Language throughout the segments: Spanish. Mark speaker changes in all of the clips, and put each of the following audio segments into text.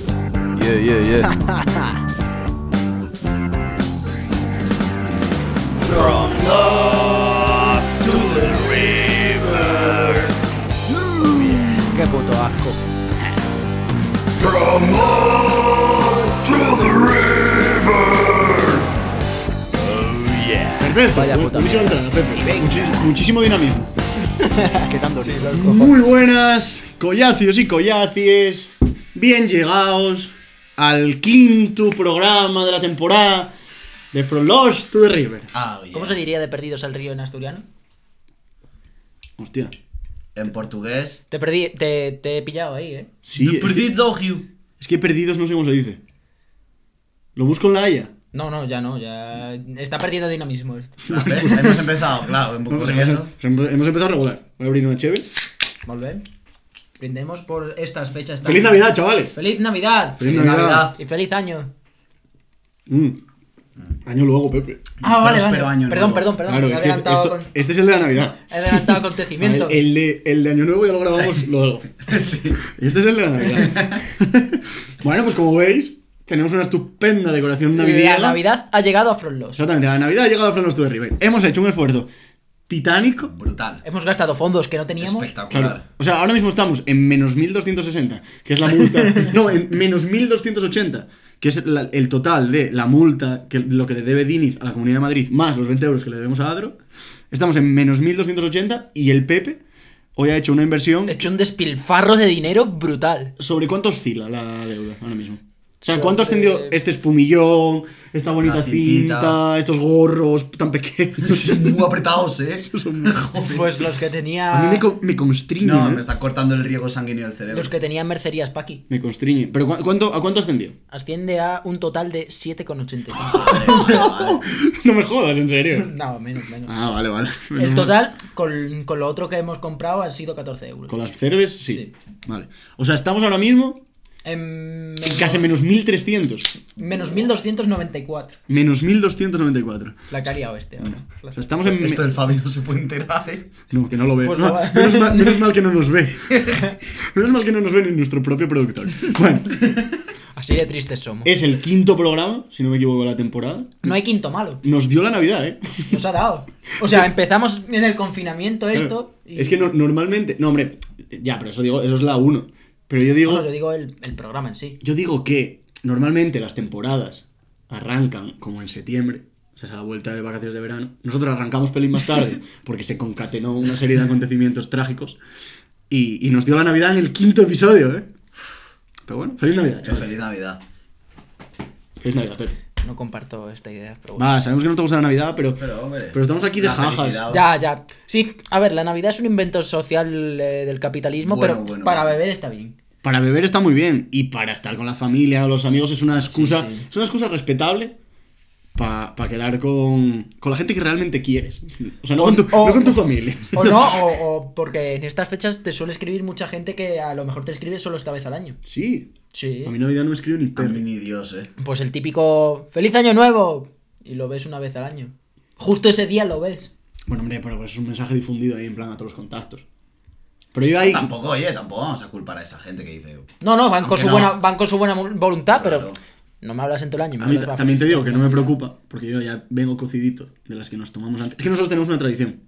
Speaker 1: Yeah, yeah, yeah.
Speaker 2: From lost to the river.
Speaker 3: Qué puto asco.
Speaker 2: From lost to the river. Oh yeah.
Speaker 4: Perfecto.
Speaker 3: Vaya puta
Speaker 4: Buenísima
Speaker 3: mierda.
Speaker 4: entrada, Pepe. Muchis- muchísimo dinamismo.
Speaker 3: Qué tanto.
Speaker 4: Muy buenas, collacios y collacies. Bien llegados al quinto programa de la temporada de From Lost to the River.
Speaker 5: Ah, bien.
Speaker 3: ¿Cómo se diría de perdidos al río en asturiano?
Speaker 4: Hostia.
Speaker 5: En portugués.
Speaker 3: Te perdí, te, te he pillado ahí, eh.
Speaker 4: Sí, es que,
Speaker 5: Perdido, Hugh.
Speaker 4: es que perdidos no sé cómo se dice. Lo busco en la Haya.
Speaker 3: No, no, ya no, ya. Está perdiendo dinamismo este. esto.
Speaker 5: Ah, ¿ves? Hemos empezado, claro, un poco
Speaker 4: Hemos,
Speaker 5: corriendo.
Speaker 4: hemos- hemos empezado a regular. Voy a abrir una cheve.
Speaker 3: Volver. Brindemos por estas fechas. tan-
Speaker 4: ¡Feliz Navidad, chavales!
Speaker 3: ¡Feliz Navidad!
Speaker 4: ¡Feliz
Speaker 5: Navidad.
Speaker 3: Y feliz año.
Speaker 4: Mm. Año luego, Pepe.
Speaker 3: Ah, vale,
Speaker 5: Próspero
Speaker 3: vale.
Speaker 5: año
Speaker 3: perdón,
Speaker 5: nuevo.
Speaker 3: perdón, perdón,
Speaker 4: Claro,
Speaker 3: que he
Speaker 4: es que
Speaker 3: adelantado,
Speaker 4: esto-
Speaker 3: con-
Speaker 4: este es el de la Navidad.
Speaker 3: he adelantado
Speaker 4: El,
Speaker 3: acontecimientos.
Speaker 4: el de, el de Año Nuevo ya lo grabamos luego.
Speaker 5: Sí.
Speaker 4: Y este es el de la Navidad. bueno, pues como veis, tenemos una estupenda decoración navideña.
Speaker 3: La Navidad ha llegado a Frontloss.
Speaker 4: Exactamente, la Navidad ha llegado a Flanos de River. Hemos hecho un esfuerzo titánico.
Speaker 5: Brutal.
Speaker 3: Hemos gastado fondos que no teníamos.
Speaker 4: Claro.
Speaker 5: Espectacular.
Speaker 4: O sea, ahora mismo estamos en menos 1260, que es la multa. no, en menos 1280, que es la- el total de la multa, que lo que le debe Diniz a la Comunidad de Madrid, más los 20 euros que le debemos a Adro. Estamos en menos 1280 y el Pepe hoy ha hecho una inversión.
Speaker 3: He hecho un despilfarro de dinero brutal.
Speaker 4: ¿Sobre cuánto oscila la deuda ahora mismo? O sea,
Speaker 3: Sobre-
Speaker 4: ¿cuánto ascendió este espumillón, esta bonita
Speaker 5: La cintita.
Speaker 4: cinta, estos gorros tan pequeños?
Speaker 5: Sí, muy apretados, ¿eh? Joder.
Speaker 3: Pues los que tenía.
Speaker 4: A mí me, co- me constriñe.
Speaker 5: No,
Speaker 4: ¿eh?
Speaker 5: me está cortando el riego sanguíneo del cerebro.
Speaker 3: Los que tenía en mercerías Paqui.
Speaker 4: Me constriñe. ¿Pero cu- cuánto, a cuánto ascendió?
Speaker 3: Asciende a un total de 7,85.
Speaker 5: Vale, vale.
Speaker 4: No me jodas, en serio.
Speaker 3: no, menos, menos.
Speaker 4: Ah, vale, vale. Menos mal.
Speaker 3: El total, con, con lo otro que hemos comprado, han sido 14 euros.
Speaker 4: Con las cerves, sí. Vale. O sea, estamos ahora mismo
Speaker 3: En
Speaker 4: en casi menos 1300.
Speaker 3: Em, menos 1294.
Speaker 4: Menos 1294.
Speaker 3: La que ha liado este ahora.
Speaker 4: O sea, estamos en. me-
Speaker 5: Esto del Fabi no se puede enterar, ¿eh?
Speaker 4: No, que no lo ve.
Speaker 3: Pues
Speaker 4: No,
Speaker 3: no va.
Speaker 4: menos, mal, menos mal que no nos ve. menos mal que no nos ve ni nuestro propio productor. Bueno,
Speaker 3: Así de tristes somos.
Speaker 4: es el quinto programa, si no me equivoco, de la temporada.
Speaker 3: No hay quinto malo.
Speaker 4: Nos dio la Navidad, ¿eh?
Speaker 3: Nos ha dado. O sea, empezamos en el confinamiento esto. y-
Speaker 4: Es que no- normalmente. No, hombre, ya, pero eso digo, eso es la 1. Pero yo digo.
Speaker 3: No, yo digo el, el programa en sí.
Speaker 4: Yo digo que normalmente las temporadas arrancan como en septiembre, o sea, es a la vuelta de vacaciones de verano. Nosotros arrancamos pelín más tarde porque se concatenó una serie de acontecimientos trágicos y, y nos dio la Navidad en el quinto episodio, ¿eh? Pero bueno, feliz Navidad.
Speaker 5: Qué
Speaker 4: chavales.
Speaker 5: feliz Navidad.
Speaker 4: Feliz Navidad, Pepe.
Speaker 3: No comparto esta idea, pero bueno.
Speaker 4: Va, sabemos que no te gusta la Navidad, pero,
Speaker 5: Pero, hombre.
Speaker 4: pero estamos aquí de
Speaker 5: la
Speaker 4: jajas.
Speaker 5: felicidad.
Speaker 3: Ya, ya. Sí, a ver, la Navidad es un invento social eh, del capitalismo,
Speaker 5: Bueno,
Speaker 3: pero
Speaker 5: bueno,
Speaker 3: para
Speaker 5: bueno.
Speaker 3: beber está bien.
Speaker 4: Para beber está muy bien y para estar con la familia o los amigos es una excusa,
Speaker 3: sí.
Speaker 4: es una excusa respetable. Para quedar con, con la gente que realmente quieres. O sea, no,
Speaker 3: O-
Speaker 4: con, tu,
Speaker 3: o-
Speaker 4: no con tu familia.
Speaker 3: O no, o, o porque en estas fechas te suele escribir mucha gente que a lo mejor te escribe solo esta vez al año.
Speaker 4: Sí.
Speaker 3: Sí.
Speaker 4: A mi Navidad no me escribió ni
Speaker 5: A mí
Speaker 4: perro.
Speaker 5: ni Dios, ¿eh?
Speaker 3: Pues el típico ¡Feliz Año Nuevo! Y lo ves una vez al año. Justo ese día lo ves.
Speaker 4: Bueno, hombre, pero pues es un mensaje difundido ahí en plan a todos los contactos. Pero yo ahí.
Speaker 5: Tampoco, oye, tampoco vamos a culpar a esa gente que dice.
Speaker 3: No, no, van con,
Speaker 5: Aunque
Speaker 3: su,
Speaker 5: no.
Speaker 3: Buena, van con su buena mu- voluntad, pero
Speaker 5: Claro.
Speaker 3: no me hablas en todo el año. me
Speaker 4: A mí
Speaker 3: hablas
Speaker 4: ta-
Speaker 3: para
Speaker 4: también te digo que no me
Speaker 3: felicitarme.
Speaker 4: preocupa, porque yo ya vengo cocidito de las que nos tomamos antes. Es que nosotros tenemos una tradición.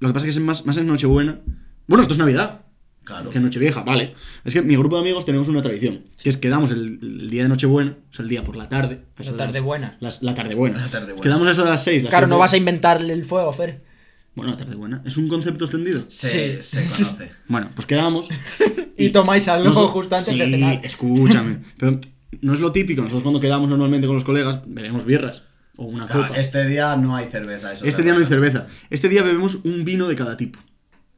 Speaker 4: Lo que pasa es que es más, más en Nochebuena. Bueno, esto es Navidad.
Speaker 5: Claro.
Speaker 4: Que en Nochevieja, vale. Es que mi grupo de amigos tenemos una tradición. Que es quedamos el, el día de Nochebuena, o sea, el día por la tarde. a eso de
Speaker 3: tarde
Speaker 4: las-
Speaker 3: buena.
Speaker 4: las- la tarde buena.
Speaker 5: La tarde buena.
Speaker 4: Quedamos a eso de las 6.
Speaker 3: Claro, no vas a inventarle el fuego, Fer.
Speaker 4: Bueno, la tarde buena. ¿Es un concepto extendido?
Speaker 5: Se,
Speaker 3: Sí.
Speaker 5: se conoce.
Speaker 4: Bueno, pues quedamos.
Speaker 3: Y tomáis algo
Speaker 4: Noso-
Speaker 3: justo antes
Speaker 4: sí,
Speaker 3: de cenar.
Speaker 4: escúchame. Pero no es lo típico. Nosotros cuando quedamos normalmente con los colegas bebemos birras o una
Speaker 5: Claro,
Speaker 4: copa.
Speaker 5: este día no hay cerveza. eso
Speaker 4: Este
Speaker 5: otra
Speaker 4: día no hay
Speaker 5: cosa.
Speaker 4: cerveza. Este día bebemos un vino de cada tipo.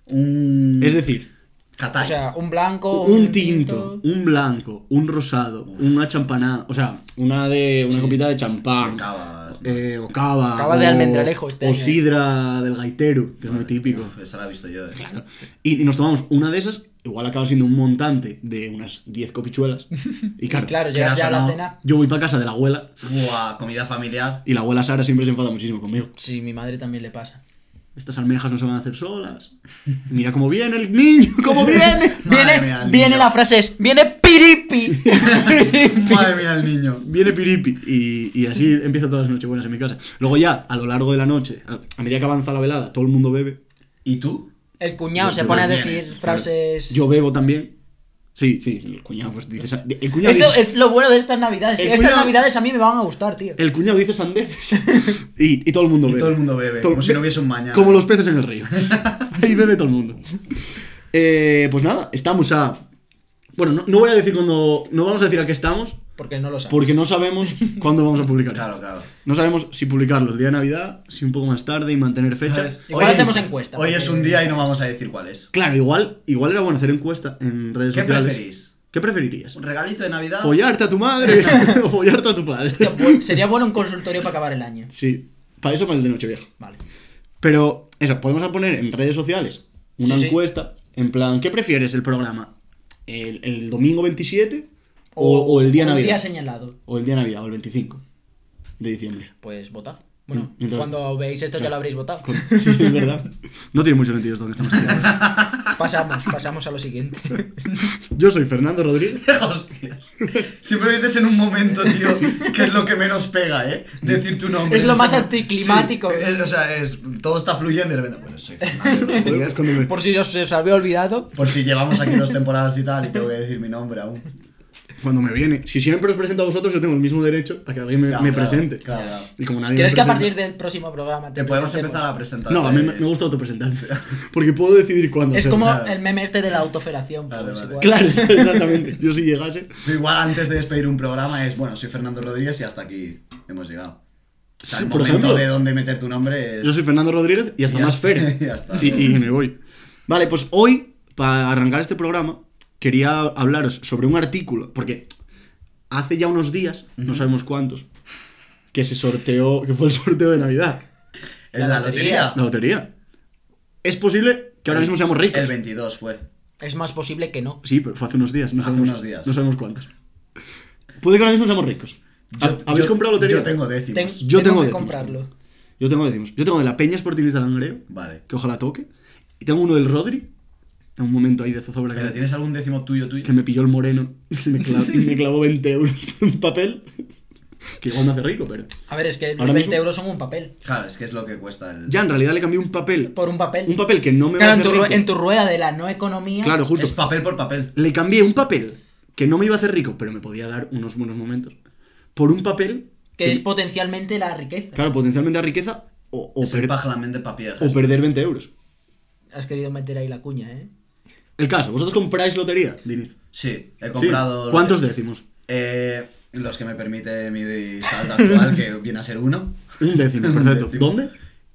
Speaker 5: Un.
Speaker 4: Es decir,
Speaker 3: O
Speaker 5: Catáis.
Speaker 3: sea, un blanco,
Speaker 4: un tinto, un blanco, un rosado, una champanada, o sea, una de una copita de champán.
Speaker 5: De cavas, ¿no?
Speaker 4: eh, o cava.
Speaker 3: Cava de
Speaker 4: o-
Speaker 3: Almendralejo este
Speaker 4: o
Speaker 3: año.
Speaker 4: sidra del gaitero, que es muy
Speaker 5: Vale,
Speaker 4: típico.
Speaker 5: uf, esa la he visto yo, eh.
Speaker 4: Claro. Y, y nos tomamos una de esas, igual acaba siendo un montante de unas 10 copichuelas. Y
Speaker 3: Y
Speaker 4: claro,
Speaker 3: claro, llegas
Speaker 5: Quieras
Speaker 3: ya a
Speaker 5: o
Speaker 3: la
Speaker 5: no.
Speaker 3: cena.
Speaker 4: yo voy para casa de la abuela
Speaker 5: Buah, comida familiar.
Speaker 4: y la abuela Sara siempre se enfada muchísimo conmigo.
Speaker 3: Sí, mi madre también le pasa.
Speaker 4: Estas almejas no se van a hacer solas. Mira cómo viene el niño, cómo viene.
Speaker 5: Madre
Speaker 3: Viene,
Speaker 5: mía, al
Speaker 3: Viene
Speaker 5: niño.
Speaker 3: la frase es, viene piripi.
Speaker 5: Madre mía, el niño.
Speaker 4: Viene Piripi y, y así empieza todas las nochebuenas en mi casa. Luego ya, a lo largo de la noche, a, a medida que avanza la velada, todo el mundo bebe.
Speaker 5: ¿Y tú?
Speaker 3: El cuñado
Speaker 4: Yo-
Speaker 3: se
Speaker 4: yo
Speaker 3: pone a
Speaker 5: también,
Speaker 3: decir
Speaker 5: es-
Speaker 3: frases...
Speaker 4: Yo bebo también. Sí, sí, el cuñado pues dice... sa- El cuñado,
Speaker 3: Esto
Speaker 4: dice,
Speaker 3: es lo bueno de estas navidades.
Speaker 4: El
Speaker 3: tío. Estas
Speaker 4: cuñado-
Speaker 3: navidades a mí me van a gustar, tío.
Speaker 4: el cuñado dice sandeces y, y todo el mundo
Speaker 5: Y
Speaker 4: bebe.
Speaker 5: todo el mundo bebe,
Speaker 4: Todo-
Speaker 5: como si no hubiese un mañana.
Speaker 4: Como los peces en el río. Ahí bebe todo el mundo. Eh, pues nada, estamos a... Bueno, no, no voy a decir cuando... No vamos a decir a qué estamos,
Speaker 3: Porque no lo saben.
Speaker 4: porque no sabemos cuándo vamos a publicar.
Speaker 5: Claro,
Speaker 4: esto.
Speaker 5: claro.
Speaker 4: No sabemos si publicarlo el día de Navidad, si un poco más tarde y mantener fechas.
Speaker 5: ¿Sabes?
Speaker 3: Igual hacemos encuesta,
Speaker 5: Hoy
Speaker 3: porque-
Speaker 5: es un día y no vamos a decir cuál es.
Speaker 4: Claro, igual, igual era bueno hacer encuesta en redes
Speaker 5: ¿Qué
Speaker 4: sociales.
Speaker 5: preferís?
Speaker 4: ¿Qué preferirías?
Speaker 5: ¿Un regalito de Navidad?
Speaker 4: ¿Follarte a tu madre o follarte a tu padre?
Speaker 3: Tío, bu- pues, Sería bueno un consultorio para acabar el año.
Speaker 4: Sí, para eso para el de Nochevieja.
Speaker 3: Vale.
Speaker 4: Pero, eso, podemos poner en redes sociales una
Speaker 3: Sí, sí.
Speaker 4: encuesta en plan, ¿qué prefieres el programa? ¿El, el domingo 27 o, o el día
Speaker 3: o
Speaker 4: Navidad?
Speaker 3: señalado.
Speaker 4: o el día Navidad, o el 25 de diciembre.
Speaker 3: Pues votad. Bueno,
Speaker 4: Mientras-
Speaker 3: cuando veis esto ya lo habréis votado.
Speaker 4: Mm, Con- Sí, es verdad. No tiene mucho sentido esto que estamos haciendo.
Speaker 3: Pasamos, pasamos a lo siguiente.
Speaker 4: Yo soy Fernando Rodríguez.
Speaker 5: Hostias. Siempre lo dices en un momento, tío, que es lo que menos pega, ¿eh? Decir tu nombre.
Speaker 3: Es lo
Speaker 5: en ese
Speaker 3: más
Speaker 5: momento.
Speaker 3: anticlimático.
Speaker 5: Sí, es- o sea, es, todo está fluyendo y de repente, pues soy Fernando
Speaker 4: Joder, es
Speaker 5: Rodríguez.
Speaker 4: cuando me-
Speaker 3: Por si os, os había olvidado.
Speaker 5: Por si llevamos aquí dos temporadas y tal y tengo que decir mi nombre aún.
Speaker 4: Cuando me viene. Si siempre os presento a vosotros, yo tengo el mismo derecho a que alguien me,
Speaker 5: Claro,
Speaker 4: me
Speaker 5: claro,
Speaker 4: presente.
Speaker 5: claro, claro.
Speaker 4: Y como nadie
Speaker 3: ¿Quieres
Speaker 4: me
Speaker 3: que a
Speaker 4: presenta-
Speaker 3: partir del próximo programa Pues te,
Speaker 5: Te podemos
Speaker 3: presentemos?
Speaker 5: empezar a presentar.
Speaker 4: No, a mí me, me gusta autopresentarme. Porque puedo decidir cuándo.
Speaker 3: Es
Speaker 4: hacerlo.
Speaker 3: como
Speaker 5: Claro.
Speaker 3: el meme este de la autofelación.
Speaker 5: Vale,
Speaker 3: pues,
Speaker 5: vale.
Speaker 3: igual.
Speaker 4: Claro, exactamente. Yo si llegase.
Speaker 5: Tú igual antes de despedir un programa es, bueno, soy Fernando Rodríguez y hasta aquí hemos llegado. O sea,
Speaker 4: Sí,
Speaker 5: el
Speaker 4: por
Speaker 5: momento
Speaker 4: ejemplo.
Speaker 5: de dónde meter tu nombre es...
Speaker 4: Yo soy Fernando Rodríguez y hasta
Speaker 5: Y ya
Speaker 4: más
Speaker 5: está,
Speaker 4: Fer.
Speaker 5: ya está.
Speaker 4: Y, y me voy. Vale, pues hoy, para arrancar este programa, quería hablaros sobre un artículo. Porque hace ya unos días, no sabemos cuántos, que se sorteó, que fue el sorteo de Navidad.
Speaker 5: Es la,
Speaker 3: La
Speaker 5: lotería.
Speaker 4: La lotería. Es posible que ahora mismo seamos ricos.
Speaker 5: El 22 fue.
Speaker 3: Es más posible que no.
Speaker 4: Sí, pero fue hace unos días. No
Speaker 5: Hace
Speaker 4: sabemos,
Speaker 5: unos días.
Speaker 4: No sabemos cuántos. Puede que ahora mismo seamos ricos. Ah,
Speaker 5: Yo-
Speaker 4: ¿Habéis
Speaker 5: yo-
Speaker 4: comprado lotería?
Speaker 5: Yo tengo décimos.
Speaker 3: Ten-
Speaker 4: pues, yo tengo
Speaker 3: que
Speaker 4: décimos.
Speaker 3: comprarlo.
Speaker 4: Yo tengo decimos. Yo tengo de la Peña Sportivista de Langreo,
Speaker 5: Vale.
Speaker 4: que ojalá toque. Y tengo uno del Rodri, en un momento ahí de zozobra
Speaker 5: ¿Pero
Speaker 4: que,
Speaker 5: tienes algún décimo tuyo, tuyo?
Speaker 4: que me pilló el moreno y me, clavó, y me clavó 20 euros en un papel. Que igual me hace rico, pero.
Speaker 3: A ver, es que los
Speaker 4: Ahora
Speaker 3: 20
Speaker 4: mismo-
Speaker 3: euros son un papel.
Speaker 5: Claro, es que es lo que cuesta el...
Speaker 4: Ya en realidad le cambié un papel.
Speaker 3: Por un papel.
Speaker 4: Un papel que no me
Speaker 3: claro,
Speaker 4: va a
Speaker 3: en tu,
Speaker 4: hacer
Speaker 3: rue-
Speaker 4: rico.
Speaker 3: en tu rueda de la no economía.
Speaker 4: Claro, justo.
Speaker 5: Es papel por papel.
Speaker 4: Le cambié un papel que no me iba a hacer rico, pero me podía dar unos buenos momentos. Por un papel
Speaker 3: Que es potencialmente la riqueza.
Speaker 4: Claro, potencialmente a riqueza o, o
Speaker 5: Es el
Speaker 4: per-
Speaker 5: pajamen de papier.
Speaker 4: o perder 20 euros.
Speaker 3: Has querido meter ahí la cuña, ¿eh?
Speaker 4: El caso, ¿vosotros compráis lotería? Diniz.
Speaker 5: Sí, he comprado...
Speaker 4: Sí. ¿Cuántos décimos?
Speaker 5: Eh, los que me permite mi salda actual, que viene a ser uno.
Speaker 4: Un décimo,
Speaker 5: Un
Speaker 4: perfecto.
Speaker 5: décimo.
Speaker 4: ¿Dónde?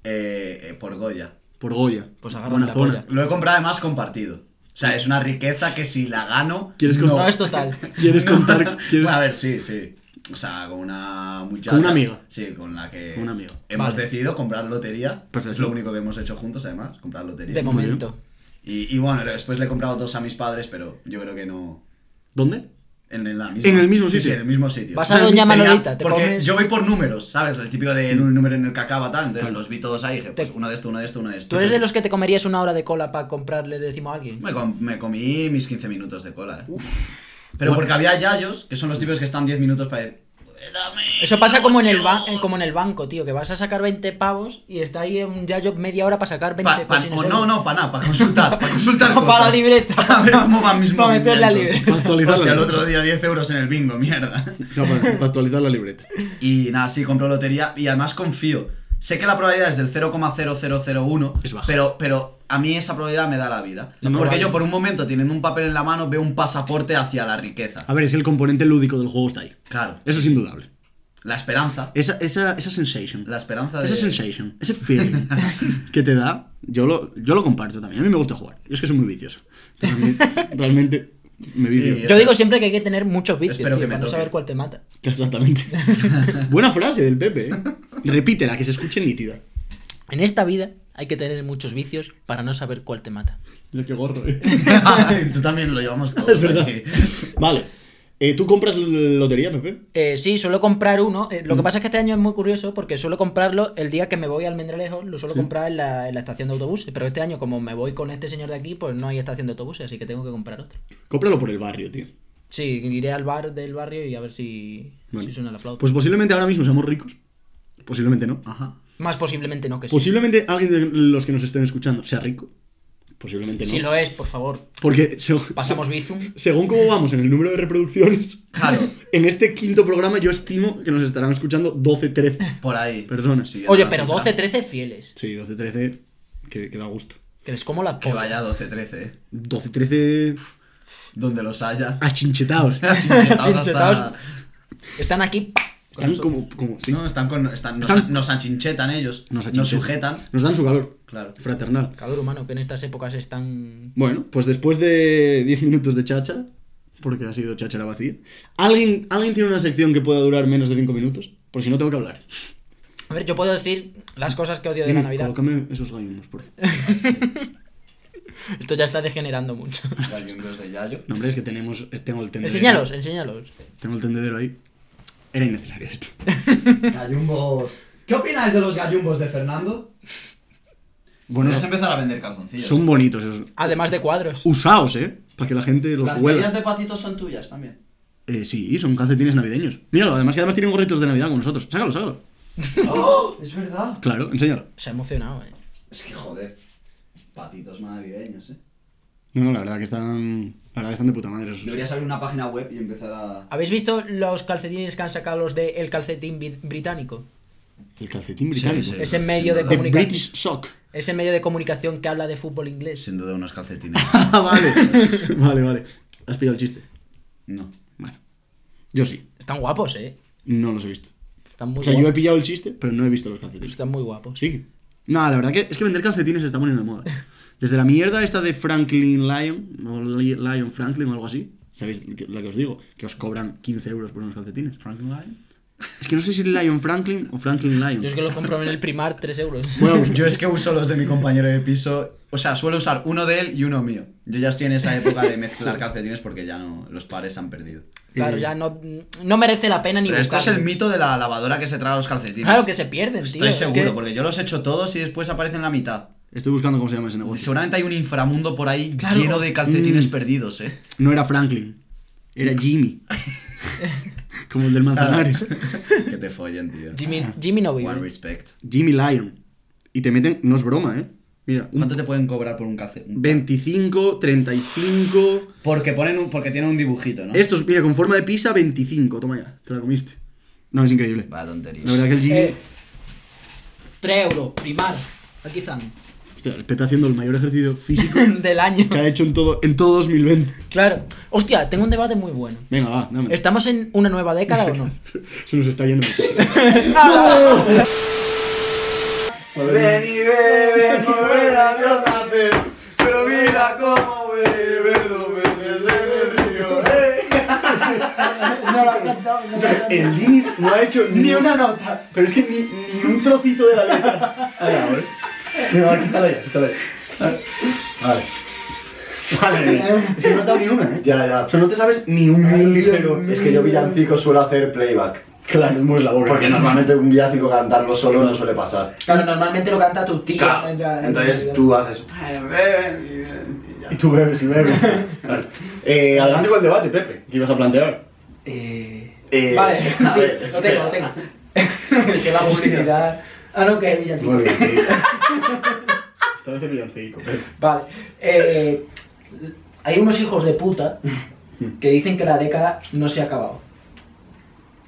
Speaker 5: Eh, eh, por Goya.
Speaker 4: Por Goya.
Speaker 3: Pues agárrame
Speaker 4: Buena
Speaker 3: la
Speaker 4: zona.
Speaker 3: polla.
Speaker 5: Lo he comprado además compartido. O sea, es una riqueza que si la gano.
Speaker 4: ¿Quieres
Speaker 5: no.
Speaker 4: contar?
Speaker 3: No, es total.
Speaker 4: ¿Quieres
Speaker 5: No.
Speaker 4: contar? ¿Quieres...
Speaker 5: Bueno, a ver, sí, sí. O sea, con una muchacha.
Speaker 4: Con una amiga.
Speaker 5: Sí, con la que.
Speaker 4: Con una amiga.
Speaker 5: Hemos
Speaker 3: Vale.
Speaker 5: decidido comprar lotería.
Speaker 4: Perfecto.
Speaker 5: Es lo único que hemos hecho juntos, además, comprar lotería.
Speaker 3: De
Speaker 4: Muy bien.
Speaker 3: momento.
Speaker 5: Y, y bueno, después le he comprado dos a mis padres, pero yo creo que no.
Speaker 4: ¿Dónde?
Speaker 5: En, en la misma-
Speaker 4: En el mismo
Speaker 5: sí,
Speaker 4: sitio.
Speaker 5: Sí, en el mismo sitio.
Speaker 3: Vas
Speaker 4: O sea, Mm.
Speaker 3: a Doña
Speaker 5: Tenía-
Speaker 3: Manolita, te
Speaker 5: porque
Speaker 3: comes.
Speaker 5: yo voy por números, ¿sabes? El típico de un número en el que acaba tal. Entonces
Speaker 4: Claro.
Speaker 5: los vi todos ahí y dije, pues
Speaker 3: Te-
Speaker 5: uno de esto, uno de esto, uno de esto.
Speaker 3: ¿Tú eres de los que te comerías una hora de cola para comprarle décimo a alguien?
Speaker 5: Me, com- me comí mis 15 minutos de cola. eh. Pero porque había yayos, que son los típicos que están 10 minutos para decir, "Dame".
Speaker 3: Eso pasa como en el, ba- eh, como en el banco, tío, que vas a sacar 20 pavos y está ahí un yayo media hora para sacar 20
Speaker 5: Pa- pa-
Speaker 3: cochines
Speaker 5: o
Speaker 3: euros.
Speaker 5: no, no, para nada, para consultar, para consultar
Speaker 3: Pa- pa'
Speaker 5: cosas.
Speaker 3: la libreta.
Speaker 5: Para ver cómo van mis
Speaker 3: Pa' meter la
Speaker 5: movimientos.
Speaker 3: libreta.
Speaker 4: Pa' actualizarla.
Speaker 5: Hostia, el otro día 10 euros en el bingo, mierda.
Speaker 4: No, para, para actualizar la libreta.
Speaker 5: Y nada, sí, compro lotería y además confío. Sé que la probabilidad es del 0,0001,
Speaker 4: Es baja.
Speaker 5: pero, pero a mí esa probabilidad me da la vida.
Speaker 4: No, no,
Speaker 5: porque
Speaker 4: vale.
Speaker 5: yo por un momento, teniendo un papel en la mano, veo un pasaporte hacia la riqueza.
Speaker 4: A ver, es que el componente lúdico del juego está ahí.
Speaker 5: Claro,
Speaker 4: Eso es indudable.
Speaker 5: la esperanza.
Speaker 4: Esa, esa, esa sensation.
Speaker 5: La esperanza de...
Speaker 4: Esa sensation, Eh, ese feeling que te da, yo lo, yo lo comparto también. A mí me gusta jugar. Yo es que soy muy vicioso. Entonces, a mí, realmente me vicio.
Speaker 5: Y-
Speaker 3: Yo digo siempre que hay que tener muchos vicios,
Speaker 5: Espero
Speaker 3: tío,
Speaker 5: que me
Speaker 3: para no
Speaker 5: toque.
Speaker 3: saber cuál te mata.
Speaker 4: Exactamente. Buena frase del Pepe, ¿eh? Repítela, que se escuche nítida.
Speaker 3: En esta vida hay que tener muchos vicios para no saber cuál te mata.
Speaker 4: Mira qué gorro, ¿eh?
Speaker 5: Tú también lo llevamos todos
Speaker 4: Es verdad.
Speaker 5: aquí.
Speaker 4: Vale. Eh, ¿Tú compras lotería, Pepe?
Speaker 3: Eh, sí, suelo comprar uno. Eh, lo
Speaker 4: Mm.
Speaker 3: que pasa es que este año es muy curioso porque suelo comprarlo el día que me voy al Mendralejo, lo suelo
Speaker 4: Sí.
Speaker 3: comprar en la, en la estación de autobuses. Pero este año, como me voy con este señor de aquí, pues no hay estación de autobuses, así que tengo que comprar otro.
Speaker 4: Cómpralo por el barrio, tío.
Speaker 3: Sí, iré al bar del barrio y a ver si,
Speaker 4: Bueno.
Speaker 3: si suena la flauta.
Speaker 4: Pues posiblemente ahora mismo seamos ricos. Posiblemente no.
Speaker 5: Ajá.
Speaker 3: Más posiblemente no que sí.
Speaker 4: Posiblemente alguien de los que nos estén escuchando sea rico. Posiblemente no.
Speaker 3: Si lo es, por favor,
Speaker 4: Porque se-
Speaker 3: pasamos
Speaker 4: se-
Speaker 3: Bizum.
Speaker 4: según cómo vamos en el número de reproducciones,
Speaker 5: Claro,
Speaker 4: en este quinto programa yo estimo que nos estarán escuchando 12, 13
Speaker 5: por ahí.
Speaker 4: personas.
Speaker 5: Sí,
Speaker 3: Oye,
Speaker 5: la
Speaker 3: pero
Speaker 5: cifra.
Speaker 3: 12, 13 fieles.
Speaker 4: Sí, 12, 13, que, que da gusto.
Speaker 3: Que les como la
Speaker 5: Que
Speaker 3: polla.
Speaker 5: vaya 12, 13. eh.
Speaker 4: 12, 13 uf,
Speaker 5: Donde los haya.
Speaker 4: achinchetados.
Speaker 5: Chinchetaos hasta...
Speaker 3: Chinchetaos. Están aquí. con
Speaker 4: Están
Speaker 3: nosotros.
Speaker 4: como, como sí.
Speaker 5: No, están con, están, nos,
Speaker 4: Están-
Speaker 5: nos achinchetan ellos. Nos,
Speaker 4: achinchetan.
Speaker 5: sujetan.
Speaker 4: Nos dan su calor.
Speaker 5: Claro.
Speaker 4: Fraternal.
Speaker 3: Calor humano, que en estas épocas están.
Speaker 4: Bueno, pues después de 10 minutos de chacha, porque ha sido chacha la vacía, ¿alguien, ¿alguien tiene una sección que pueda durar menos de 5 minutos? Porque si no tengo que hablar.
Speaker 3: A ver, yo puedo decir las cosas que odio de la
Speaker 4: Dime,
Speaker 3: Navidad.
Speaker 4: Colócame esos gallumbos, por favor.
Speaker 3: Esto ya está degenerando mucho.
Speaker 5: Gallumbos de Yayo.
Speaker 4: No, hombre, es que tenemos, eh, tengo el tendedero.
Speaker 3: enséñalos, enséñalos.
Speaker 4: Tengo el tendedero ahí. Era innecesario esto.
Speaker 5: Gallumbos. ¿Qué opináis de los gallumbos de Fernando?
Speaker 4: Bueno,
Speaker 5: Podrías empezar a vender calzoncillos.
Speaker 4: son bonitos esos.
Speaker 3: Además de cuadros.
Speaker 4: Usaos, ¿eh? Para que la gente los
Speaker 5: Las medias
Speaker 4: huela.
Speaker 5: de patitos son tuyas también.
Speaker 4: Eh, sí, son calcetines navideños. Míralo, además que además tienen gorritos de Navidad con nosotros. Sácalo, sácalo.
Speaker 5: ¡Oh! Es verdad.
Speaker 4: Claro, enséñalo.
Speaker 3: Se ha emocionado, eh.
Speaker 5: Es que joder. Patitos más navideños, eh.
Speaker 4: No, no, la verdad que están. La verdad que están de puta madre esos.
Speaker 5: Deberías abrir una página web y empezar a.
Speaker 3: ¿Habéis visto los calcetines que han sacado los de El Calcetín Bri- Británico?
Speaker 4: El calcetín británico.
Speaker 5: sí.
Speaker 3: Ese
Speaker 5: Sin
Speaker 3: medio de
Speaker 5: duda. The
Speaker 4: The
Speaker 3: comunicación.
Speaker 4: British Sock.
Speaker 3: Ese medio de comunicación que habla de fútbol inglés.
Speaker 5: Sin duda unos calcetines.
Speaker 4: Ah, vale. vale, vale. Has pillado el chiste.
Speaker 5: No.
Speaker 4: Bueno. Yo sí.
Speaker 3: Están guapos, eh.
Speaker 4: No los he visto.
Speaker 3: Están muy
Speaker 4: O sea, yo he
Speaker 3: guapos.
Speaker 4: pillado el chiste, pero no he visto los calcetines.
Speaker 3: Están muy guapos.
Speaker 4: Sí. No, la verdad que es que vender calcetines se está poniendo de moda. Desde la mierda esta de Franklin Lion, o Li- Lion Franklin o algo así, ¿sabéis lo que- lo que os digo? Que os cobran 15 euros por unos calcetines.
Speaker 5: ¿Frankenline?
Speaker 4: Es que no sé si Lion Franklin o Franklin Lion.
Speaker 3: Yo es que los compro en el primar 3 euros.
Speaker 4: Bueno, pues-
Speaker 5: Yo es que uso los de mi compañero de piso. O sea, suelo usar uno de él y uno mío. Yo ya estoy en esa época de mezclar calcetines porque ya no. Los pares se han perdido.
Speaker 3: Claro, ya no, no merece la pena ni
Speaker 5: Pero esto es
Speaker 3: buscarlo.
Speaker 5: el mito de la lavadora que se traga los calcetines.
Speaker 3: Claro que se pierden, tío.
Speaker 5: Estoy
Speaker 3: es
Speaker 5: seguro,
Speaker 3: que-
Speaker 5: porque yo los echo todos y después aparecen la mitad.
Speaker 4: estoy buscando cómo se llama ese negocio.
Speaker 5: Seguramente hay un inframundo por ahí
Speaker 3: Claro.
Speaker 5: lleno de calcetines
Speaker 4: Mm.
Speaker 5: perdidos, eh.
Speaker 4: No era Franklin, era Jimmy. Como el del Manzanares.
Speaker 5: que te follen, tío.
Speaker 3: Jimmy, Jimmy no
Speaker 5: One
Speaker 3: vive.
Speaker 5: respect.
Speaker 4: Jimmy Lion. Y te meten, no es broma, ¿eh? Mira, un
Speaker 5: ¿Cuánto te pueden cobrar por un calcetín?
Speaker 4: 25, 35.
Speaker 5: Porque ponen un, porque tienen un dibujito, ¿no?
Speaker 4: Estos, mira, con forma de pizza, 25. Toma ya, te la comiste. No, es increíble.
Speaker 5: Va tontería.
Speaker 4: La verdad que el Jimmy.
Speaker 3: 3 euros, primar. Aquí están.
Speaker 4: Hostia, el Pepe haciendo el mayor ejercicio físico
Speaker 3: Del año.
Speaker 4: que ha hecho en todo, en todo 2020.
Speaker 3: Claro. Hostia, tengo un debate muy bueno.
Speaker 4: Venga, va, dame.
Speaker 3: ¿Estamos en una nueva década o no?
Speaker 4: Se nos está yendo muchísimo.
Speaker 2: Ven y bebe, no verás de otra vez, pero mira cómo bebe los peces en el río.
Speaker 4: El Jimmy no ha hecho ni, una nota. Pero es que ni, ni un trocito de la letra. A ver, a ver. Venga, va, quítala ya, quítala ya. Vale. Madre mía. Es que no has dado ni una, ¿eh?
Speaker 1: Ya, ya.
Speaker 4: O sea, no te sabes ni un ni un ligero.
Speaker 1: Es que yo villancico suelo hacer playback.
Speaker 4: Claro, es muy la boca.
Speaker 1: Porque normalmente un villancico cantarlo solo no suele pasar.
Speaker 3: Claro, normalmente lo canta tu tío.
Speaker 1: Claro. Entonces tú haces. Y ya.
Speaker 4: Y tú bebes y bebes. Claro. eh, adelante con el debate, Pepe. ¿Qué ibas a plantear? Eh,
Speaker 3: Vale,
Speaker 4: a
Speaker 3: sí,
Speaker 4: ver,
Speaker 3: lo tengo,
Speaker 4: espera.
Speaker 3: lo tengo. que la publicidad. Ah, no, que es villancico.
Speaker 4: Muy bien, sí. Esta vez el villancico, Pepe.
Speaker 3: Vale. eh, hay unos hijos de puta que dicen que la década no se ha acabado.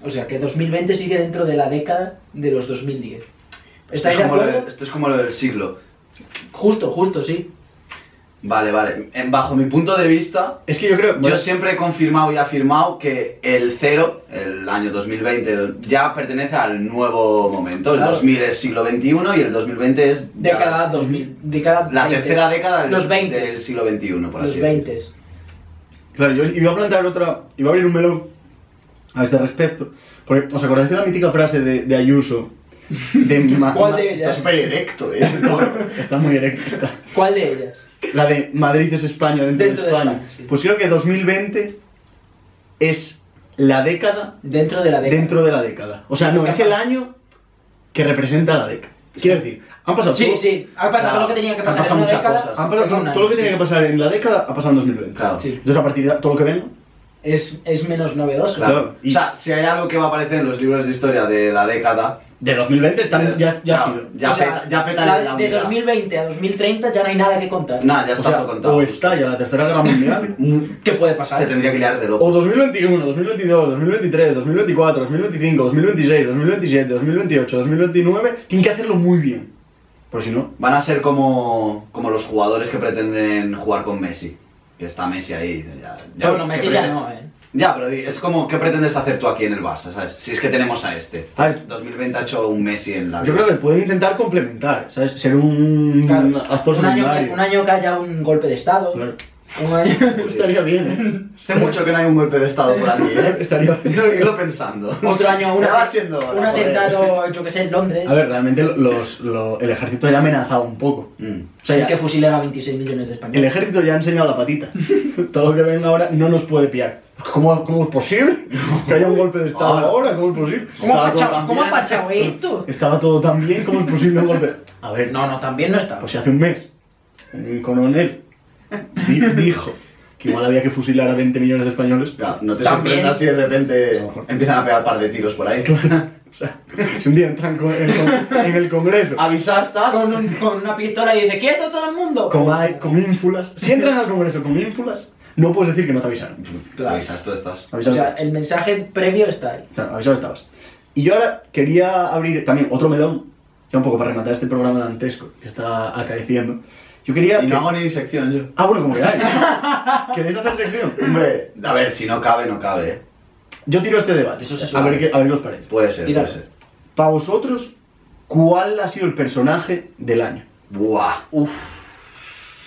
Speaker 3: O sea, que 2020 sigue dentro de la década de los 2010.
Speaker 1: Esto es
Speaker 3: ¿Estáis de
Speaker 1: como lo de-
Speaker 3: acuerdo?
Speaker 1: esto es como lo del siglo.
Speaker 3: Justo, justo, sí.
Speaker 1: Vale, vale. En- Bajo mi punto de vista,
Speaker 4: Es que yo creo.
Speaker 1: Yo siempre he confirmado y afirmado que el cero, el año 2020, ya pertenece al nuevo momento. El
Speaker 3: Claro.
Speaker 1: 2000 es siglo XXI y el 2020 es ya
Speaker 3: Década 2000. Década
Speaker 1: la
Speaker 3: 20.
Speaker 1: tercera década del,
Speaker 3: Los 20.
Speaker 1: del siglo XXI, por
Speaker 3: Los
Speaker 1: así decirlo.
Speaker 3: 20.
Speaker 4: Claro, yo iba a plantear otra. Iba a abrir un melón a este respecto. Porque, ¿os acordáis de la mítica frase de, de Ayuso? De ma-
Speaker 3: ¿Cuál
Speaker 4: ma-
Speaker 3: de ellas?
Speaker 1: Está súper erecto, ¿eh?
Speaker 4: Está muy erecta.
Speaker 3: ¿Cuál de ellas?
Speaker 4: La de Madrid es España Pues dentro,
Speaker 3: Dentro
Speaker 4: de
Speaker 3: de
Speaker 4: España.
Speaker 3: España, sí.
Speaker 4: Pues creo que 2020 es la década pues
Speaker 3: Dentro de la década.
Speaker 4: dentro de la década. O sea, no, es el año que representa la década. Quiero decir, han pasado
Speaker 3: Sí,
Speaker 4: todo-
Speaker 3: sí. Ha pasado
Speaker 1: Claro.
Speaker 3: todo lo que tenía que
Speaker 1: Han
Speaker 3: pasar en
Speaker 1: pasado
Speaker 3: una
Speaker 1: muchas
Speaker 3: década.
Speaker 1: cosas.
Speaker 4: han pasado
Speaker 3: en
Speaker 4: todo,
Speaker 3: un año,
Speaker 4: todo lo que
Speaker 3: sí.
Speaker 4: tenía que pasar en la década ha pasado en 2020.
Speaker 1: Claro.
Speaker 3: Sí.
Speaker 4: Entonces, a partir de todo lo que venga,
Speaker 3: Es, es menos novedoso.
Speaker 1: Claro.
Speaker 4: Claro, y-
Speaker 1: O sea, si hay algo que va a aparecer en los libros de historia de la década, eh,
Speaker 4: de 2020 están- ya, ya ha
Speaker 1: claro,
Speaker 4: sido.
Speaker 1: Ya
Speaker 3: O sea,
Speaker 1: peta- ya peta
Speaker 3: la-
Speaker 1: la
Speaker 3: De
Speaker 1: unidad.
Speaker 3: 2020 a 2030 ya no hay nada que contar.
Speaker 1: nada, ya
Speaker 4: o,
Speaker 1: está
Speaker 4: sea,
Speaker 1: todo contado.
Speaker 4: o estalla la tercera guerra mundial,
Speaker 3: ¿Qué puede pasar?
Speaker 1: Se tendría que liar de loco.
Speaker 4: o 2021, 2022, 2023, 2024, 2025, 2026, 2027, 2028, 2029, tienen que hacerlo muy bien. Porque si no,
Speaker 1: Van a ser como, como los jugadores que pretenden jugar con Messi. Que está Messi ahí. y dice, Ya, ya-
Speaker 3: bueno, Messi
Speaker 1: ¿qué
Speaker 3: ya
Speaker 1: pretende-
Speaker 3: no, eh.
Speaker 1: Ya, pero di- es como, ¿qué pretendes hacer tú aquí en el Barça, sabes? Si es que tenemos a este.
Speaker 4: A ver.
Speaker 1: 2020 ha hecho un Messi en la vida.
Speaker 4: yo creo que pueden intentar complementar, ¿sabes? Ser un
Speaker 3: Claro,
Speaker 4: actor
Speaker 3: un, año que,
Speaker 4: secundario.
Speaker 3: un año que haya un golpe de estado.
Speaker 4: Claro.
Speaker 3: Un año-
Speaker 4: Estaría bien.
Speaker 1: Hace mucho que no hay un golpe de estado por aquí, ¿eh?
Speaker 4: Estaría bien.
Speaker 1: Quiero irlo pensando.
Speaker 3: otro año una-
Speaker 1: Ya va siendo hora,
Speaker 3: un
Speaker 1: joder.
Speaker 3: atentado, yo que sé, en Londres.
Speaker 4: A ver, realmente los, lo- el ejército ya ha amenazado un poco.
Speaker 1: Mm.
Speaker 4: O sea,
Speaker 3: Hay que
Speaker 4: ya-
Speaker 3: fusilar a 26 millones de
Speaker 4: el
Speaker 3: españoles.
Speaker 4: ejército ya ha enseñado la patita. Todo lo que venga ahora no nos puede pillar. ¿Cómo, cómo es posible que haya un golpe de estado
Speaker 1: Ahora.
Speaker 4: ahora? ¿Cómo es posible?
Speaker 3: ¿Cómo
Speaker 1: Estaba
Speaker 3: ha
Speaker 1: todo
Speaker 3: pachado-
Speaker 1: tan
Speaker 3: ¿Cómo ha
Speaker 1: bien.
Speaker 3: pachado esto?
Speaker 4: Estaba todo tan bien, ¿cómo es posible un golpe? A ver,
Speaker 3: No, no, también no está.
Speaker 4: pues hace un mes, un coronel di- dijo que igual había que fusilar a 20 millones de españoles.
Speaker 1: Ya, no te
Speaker 3: También.
Speaker 1: sorprendas si de repente empiezan a pegar par de tiros por ahí.
Speaker 4: O sea, si un día entran co- en, con- en el Congreso
Speaker 1: Avisastas.
Speaker 3: con, un- con una pistola y dice, quieto todo el mundo. Pues,
Speaker 4: con, a- con ínfulas, si entran al Congreso con ínfulas, no puedes decir que no te avisaron.
Speaker 1: Claro. Avisas tú estás.
Speaker 3: o
Speaker 4: Avisado,
Speaker 3: sea, el mensaje previo está ahí.
Speaker 4: claro, avisado estabas. Y yo ahora quería abrir también otro melón, ya un poco para rematar este programa dantesco que está acaeciendo. Yo quería...
Speaker 1: Y
Speaker 4: que-
Speaker 1: no hago ni disección yo.
Speaker 4: Ah, bueno, como queráis. ¿Queréis hacer sección?
Speaker 1: Hombre, a ver, si no cabe, no cabe, ¿eh?
Speaker 4: Yo tiro este debate.
Speaker 3: Eso se
Speaker 4: a, ver
Speaker 1: sabe.
Speaker 4: qué, a ver qué os parece.
Speaker 1: Puede ser,
Speaker 3: Tira.
Speaker 1: puede ser.
Speaker 4: Para vosotros, ¿cuál ha sido el personaje del año?
Speaker 1: Buah.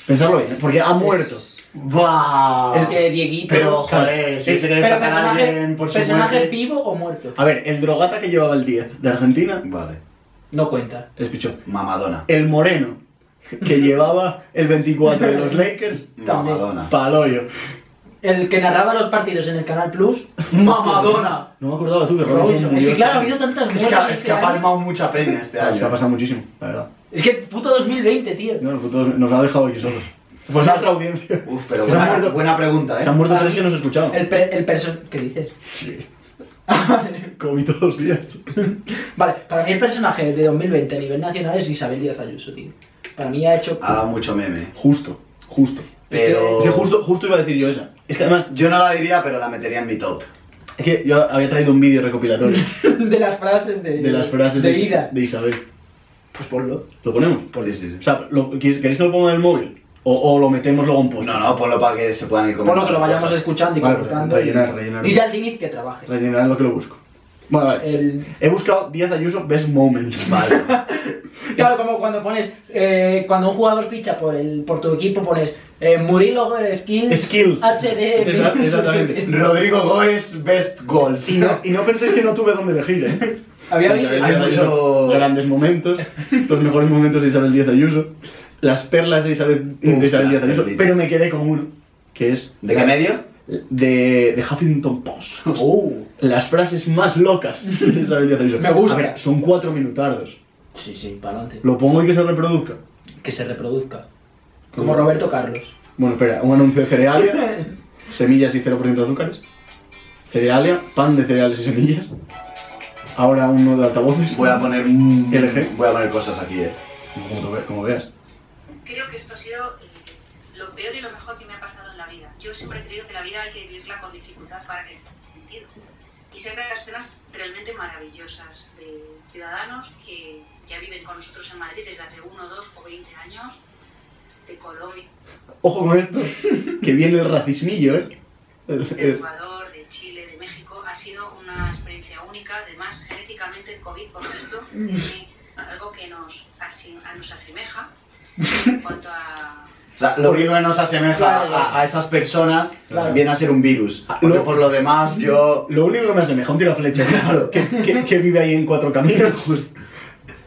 Speaker 4: Pensadlo bien, ¿eh? porque ha muerto.
Speaker 1: Buah.
Speaker 3: Es que Dieguito...
Speaker 1: Pero,
Speaker 4: Claro.
Speaker 1: joder, si
Speaker 4: Sí,
Speaker 1: se
Speaker 3: Pero
Speaker 1: destacar a
Speaker 3: personaje,
Speaker 1: alguien por su
Speaker 3: personaje
Speaker 1: muerte-
Speaker 3: vivo o muerto.
Speaker 4: A ver, el drogata que llevaba el 10 de Argentina
Speaker 1: Vale.
Speaker 3: No cuenta.
Speaker 4: es pichón.
Speaker 1: Mamadona.
Speaker 4: El moreno que llevaba el 24 de los Lakers,
Speaker 3: También.
Speaker 1: Mamadona.
Speaker 4: paloyo.
Speaker 3: El que narraba los partidos en el Canal Plus.
Speaker 1: Mamadona.
Speaker 4: No me acordaba tú que Robinson
Speaker 3: Robinson. Es
Speaker 4: murió
Speaker 3: que
Speaker 4: este
Speaker 3: claro, ha
Speaker 4: año.
Speaker 3: habido tantas
Speaker 1: Es que,
Speaker 3: muertes
Speaker 1: es
Speaker 3: este
Speaker 1: que ha
Speaker 3: año.
Speaker 1: palmado mucha peña este
Speaker 4: Claro, es que Ah, ha
Speaker 1: año.
Speaker 4: pasado muchísimo, la verdad.
Speaker 3: Es que puto 2020, tío.
Speaker 4: No, pues todos- nos lo ha dejado aquí solos. Pues nuestra audiencia.
Speaker 1: Uf, pero
Speaker 4: Se han
Speaker 1: buena,
Speaker 4: muerto-
Speaker 1: buena pregunta,
Speaker 4: Se han
Speaker 1: ¿eh?
Speaker 4: muerto tres que nos escucharon.
Speaker 3: El, pre- el person- ¿Qué dices?
Speaker 4: Sí. Comí todos los días.
Speaker 3: Vale, para mí el personaje de 2020 a nivel nacional es Isabel Díaz Ayuso, tío. Para mí ha hecho...
Speaker 1: Ha dado mucho meme.
Speaker 4: Justo, justo.
Speaker 1: Pero.
Speaker 4: Es que justo, justo iba a decir yo esa. Es que además,
Speaker 1: Yo no la diría, pero la metería en mi top.
Speaker 4: es que yo había traído un vídeo recopilatorio
Speaker 3: de las frases de...
Speaker 4: de las frases
Speaker 3: de
Speaker 4: Is-
Speaker 3: vida.
Speaker 4: de Isabel.
Speaker 3: Pues ponlo.
Speaker 4: ¿Lo ponemos?
Speaker 1: Sí, sí, sí.
Speaker 4: O sea, ¿lo- ¿queréis queréis que lo ponga en el móvil? O, o lo metemos luego en post.
Speaker 1: No, no, ponlo para que se puedan ir
Speaker 3: Por lo que lo vayamos
Speaker 1: cosas.
Speaker 3: escuchando y
Speaker 4: Vale,
Speaker 3: comentando.
Speaker 4: pues,
Speaker 3: y-
Speaker 4: rellenar, rellenar.
Speaker 3: Y ya el Diniz que trabaje.
Speaker 4: Rellenar lo que lo busco. Bueno, vale.
Speaker 3: El-
Speaker 4: He buscado Díaz Ayuso Best Moments.
Speaker 1: Vale.
Speaker 3: Claro, como cuando pones, eh, cuando un jugador ficha por el por tu equipo, pones eh, Murilo eh, Skills,
Speaker 4: Skills.
Speaker 3: HD.
Speaker 4: Esa- Exactamente.
Speaker 1: Rodrigo Goes Best Goals.
Speaker 4: Y no, y no penséis que no tuve dónde elegir, ¿eh?
Speaker 3: Había
Speaker 4: Isabel
Speaker 3: visto-
Speaker 4: Díaz
Speaker 1: hay
Speaker 4: Ayuso,
Speaker 1: mucho-
Speaker 4: Grandes momentos. Los mejores momentos de Isabel Díaz Ayuso. Las perlas de Isabel, de
Speaker 1: Uf,
Speaker 4: Isabel
Speaker 1: las
Speaker 4: Díaz Ayuso.
Speaker 1: perlitas.
Speaker 4: Pero me quedé con uno. Que es...
Speaker 1: ¿De qué medio?
Speaker 4: de, de Huffington Post.
Speaker 3: Uh,
Speaker 4: Las frases más locas de Isabel Díaz Ayuso.
Speaker 3: Me gusta.
Speaker 4: A ver, son cuatro minutardos.
Speaker 3: sí, sí, para adelante.
Speaker 4: ¿Lo pongo y que se reproduzca?
Speaker 3: Que se reproduzca. Como Roberto Carlos.
Speaker 4: Bueno, espera, un anuncio de cerealia, semillas y 0% de azúcares. Cerealia, pan de cereales y semillas. Ahora uno de altavoces.
Speaker 1: Voy a poner. mm,
Speaker 4: LG.
Speaker 1: Voy a poner cosas aquí, eh.
Speaker 4: Como, tú ve- como veas.
Speaker 6: Creo que esto ha sido eh, lo peor y lo mejor que me ha pasado en la vida. Yo siempre he creído que la vida hay que vivirla con dificultad para que tenga sentido. Y se crean escenas realmente maravillosas de ciudadanos que ya viven con nosotros en Madrid desde hace 1, 2 o 20 años, de Colombia,
Speaker 4: Ojo con esto, que viene el racismillo, ¿eh? El-
Speaker 6: de
Speaker 4: el-
Speaker 6: Ecuador, de Chile, de México. Ha sido una experiencia única. Además, genéticamente el COVID, por esto, tiene algo que nos, asim- nos asemeja en cuanto a
Speaker 1: O sea, lo único que nos asemeja
Speaker 3: Claro.
Speaker 1: a, a esas personas
Speaker 3: Claro.
Speaker 1: viene a ser un virus.
Speaker 4: Ah,
Speaker 1: Porque
Speaker 4: lo-
Speaker 1: por lo demás, yo.
Speaker 4: Lo único que me asemeja a un tiraflechas, claro, que, que- que vive ahí en cuatro caminos.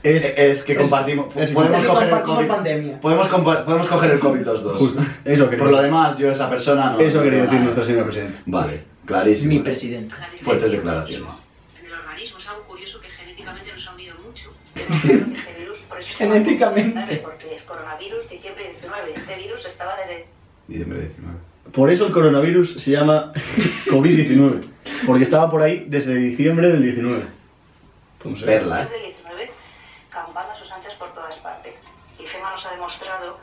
Speaker 1: Es, es que
Speaker 3: es-
Speaker 1: compartimos.
Speaker 4: es-
Speaker 1: podemos,
Speaker 3: Eso
Speaker 1: coger el
Speaker 3: compartimos
Speaker 1: COVID,
Speaker 3: pandemia.
Speaker 1: podemos, compa- podemos coger el COVID los dos.
Speaker 4: Justo. Eso quería,
Speaker 1: Por lo demás, yo a esa persona no.
Speaker 4: eso quería
Speaker 1: no-
Speaker 4: decir nuestra señora presidenta.
Speaker 1: Vale, clarísimo.
Speaker 3: Mi presidente.
Speaker 6: A la violencia
Speaker 1: Fuertes
Speaker 6: en el
Speaker 1: declaraciones.
Speaker 6: organismo- En el organismo es algo curioso que genéticamente nos ha unido mucho. Este virus, por eso se llama
Speaker 3: Genéticamente.
Speaker 6: COVID-19, Porque es coronavirus diciembre 19. Este virus estaba desde
Speaker 1: Diciembre 19.
Speaker 4: Por eso el coronavirus se llama COVID-19. Porque estaba por ahí desde diciembre del Pues 19. Vamos a ver.
Speaker 1: Perla, ¿eh?
Speaker 6: diciembre 19, campana a sus anchas por todas partes. Y FEMA nos ha demostrado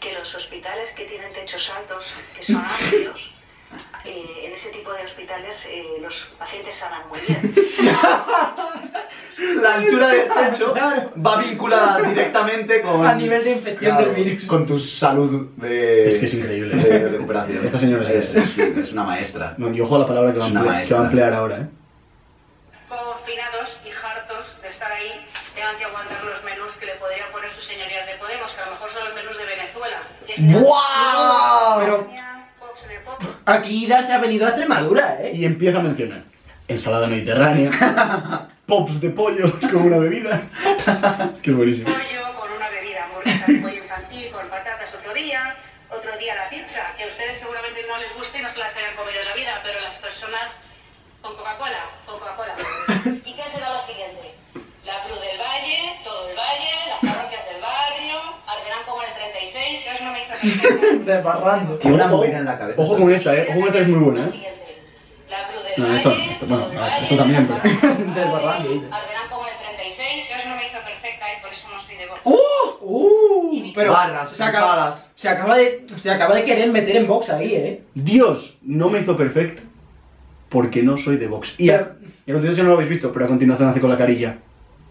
Speaker 6: que los hospitales que tienen techos altos, que son amplios, eh, en ese tipo de hospitales eh, los pacientes sanan muy bien.
Speaker 1: La altura del techo va vinculada directamente con.
Speaker 3: A nivel de infección
Speaker 1: Claro,
Speaker 3: del virus.
Speaker 1: Con tu salud de.
Speaker 4: Es que es increíble. ¿eh?
Speaker 1: De recuperación.
Speaker 4: Esta señora es-
Speaker 1: es, es, es una maestra.
Speaker 4: No, y ojo a la palabra que va a
Speaker 1: Es una
Speaker 4: emplear- se va a
Speaker 1: maestra.
Speaker 4: emplear ahora, ¿eh?
Speaker 6: confinados y hartos de estar ahí, tengan que aguantar los menús que le podrían poner sus señorías de Podemos, que a lo mejor son los menús de Venezuela. Este,
Speaker 1: ¡Buah!
Speaker 3: Pero aquí Ida se ha venido a Extremadura, ¿eh?
Speaker 4: Y empieza a mencionar ensalada mediterránea, pops de pollo con una bebida. Es que es buenísimo.
Speaker 6: Pollo con una bebida, hamburguesa de pollo infantil con patatas otro día, otro día la pizza, que a ustedes seguramente no les guste y no se las hayan comido en la vida, pero las personas con Coca-Cola, con Coca-Cola. ¿Y qué será lo siguiente? La Cruz del Valle, todo el Valle, las parroquias del barrio, arderán como en el 36, si os no me hizo
Speaker 3: Desbarrando.
Speaker 1: Tiene una movida en la cabeza.
Speaker 4: Ojo con esta, ¿eh? Ojo con esta que es muy buena, ¿eh?
Speaker 6: La Cruz del
Speaker 4: No, esto-
Speaker 6: Valle,
Speaker 4: esto- bueno,
Speaker 6: todo el
Speaker 4: a ver,
Speaker 6: Valle,
Speaker 4: esto también, pero-
Speaker 6: las parroquias del
Speaker 3: Del
Speaker 6: barrio,
Speaker 3: barranco.
Speaker 6: Arderán como en el 36, si os no me hizo perfecta y por eso no soy de Vox.
Speaker 3: Uh, pero
Speaker 1: Barras,
Speaker 3: se acaba,
Speaker 1: pensadas.
Speaker 3: se acaba de se acaba de querer meter en box ahí, ¿eh?
Speaker 4: Dios no me hizo perfecta porque no soy de Vox. Y a, y a continuación no lo habéis visto, pero a continuación hace con la carilla.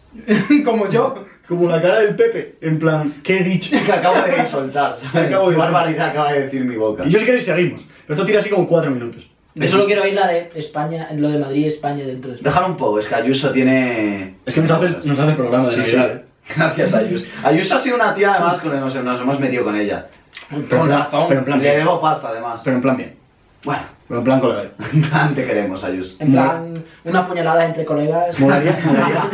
Speaker 3: Como yo.
Speaker 4: Como la cara del Pepe, en plan, ¿qué he dicho?
Speaker 1: Que acabo de soltar. ¿sabes?
Speaker 4: Acabo de-
Speaker 1: Qué barbaridad acaba de decir mi boca.
Speaker 4: Y yo si queréis seguimos, pero esto tira así como cuatro minutos.
Speaker 3: Yo solo quiero oír la de España, lo de Madrid y España dentro de España.
Speaker 1: Déjalo un poco, es que Ayuso tiene.
Speaker 4: Es que nos hace, nos hace programa de
Speaker 1: Sí, sí.
Speaker 4: Navidad, ¿eh?
Speaker 1: Gracias, Ayuso. Ayuso ha sido una tía, además, con la que nos, nos hemos metido con ella.
Speaker 4: Pero en plan- Pero en plan
Speaker 1: Le
Speaker 4: bien.
Speaker 1: debo pasta, además.
Speaker 4: Pero en plan bien.
Speaker 1: Bueno,
Speaker 4: Pero en plan colega.
Speaker 1: en plan te queremos, Ayuso.
Speaker 3: En plan, una puñalada entre colegas.
Speaker 4: Molaría, molaría.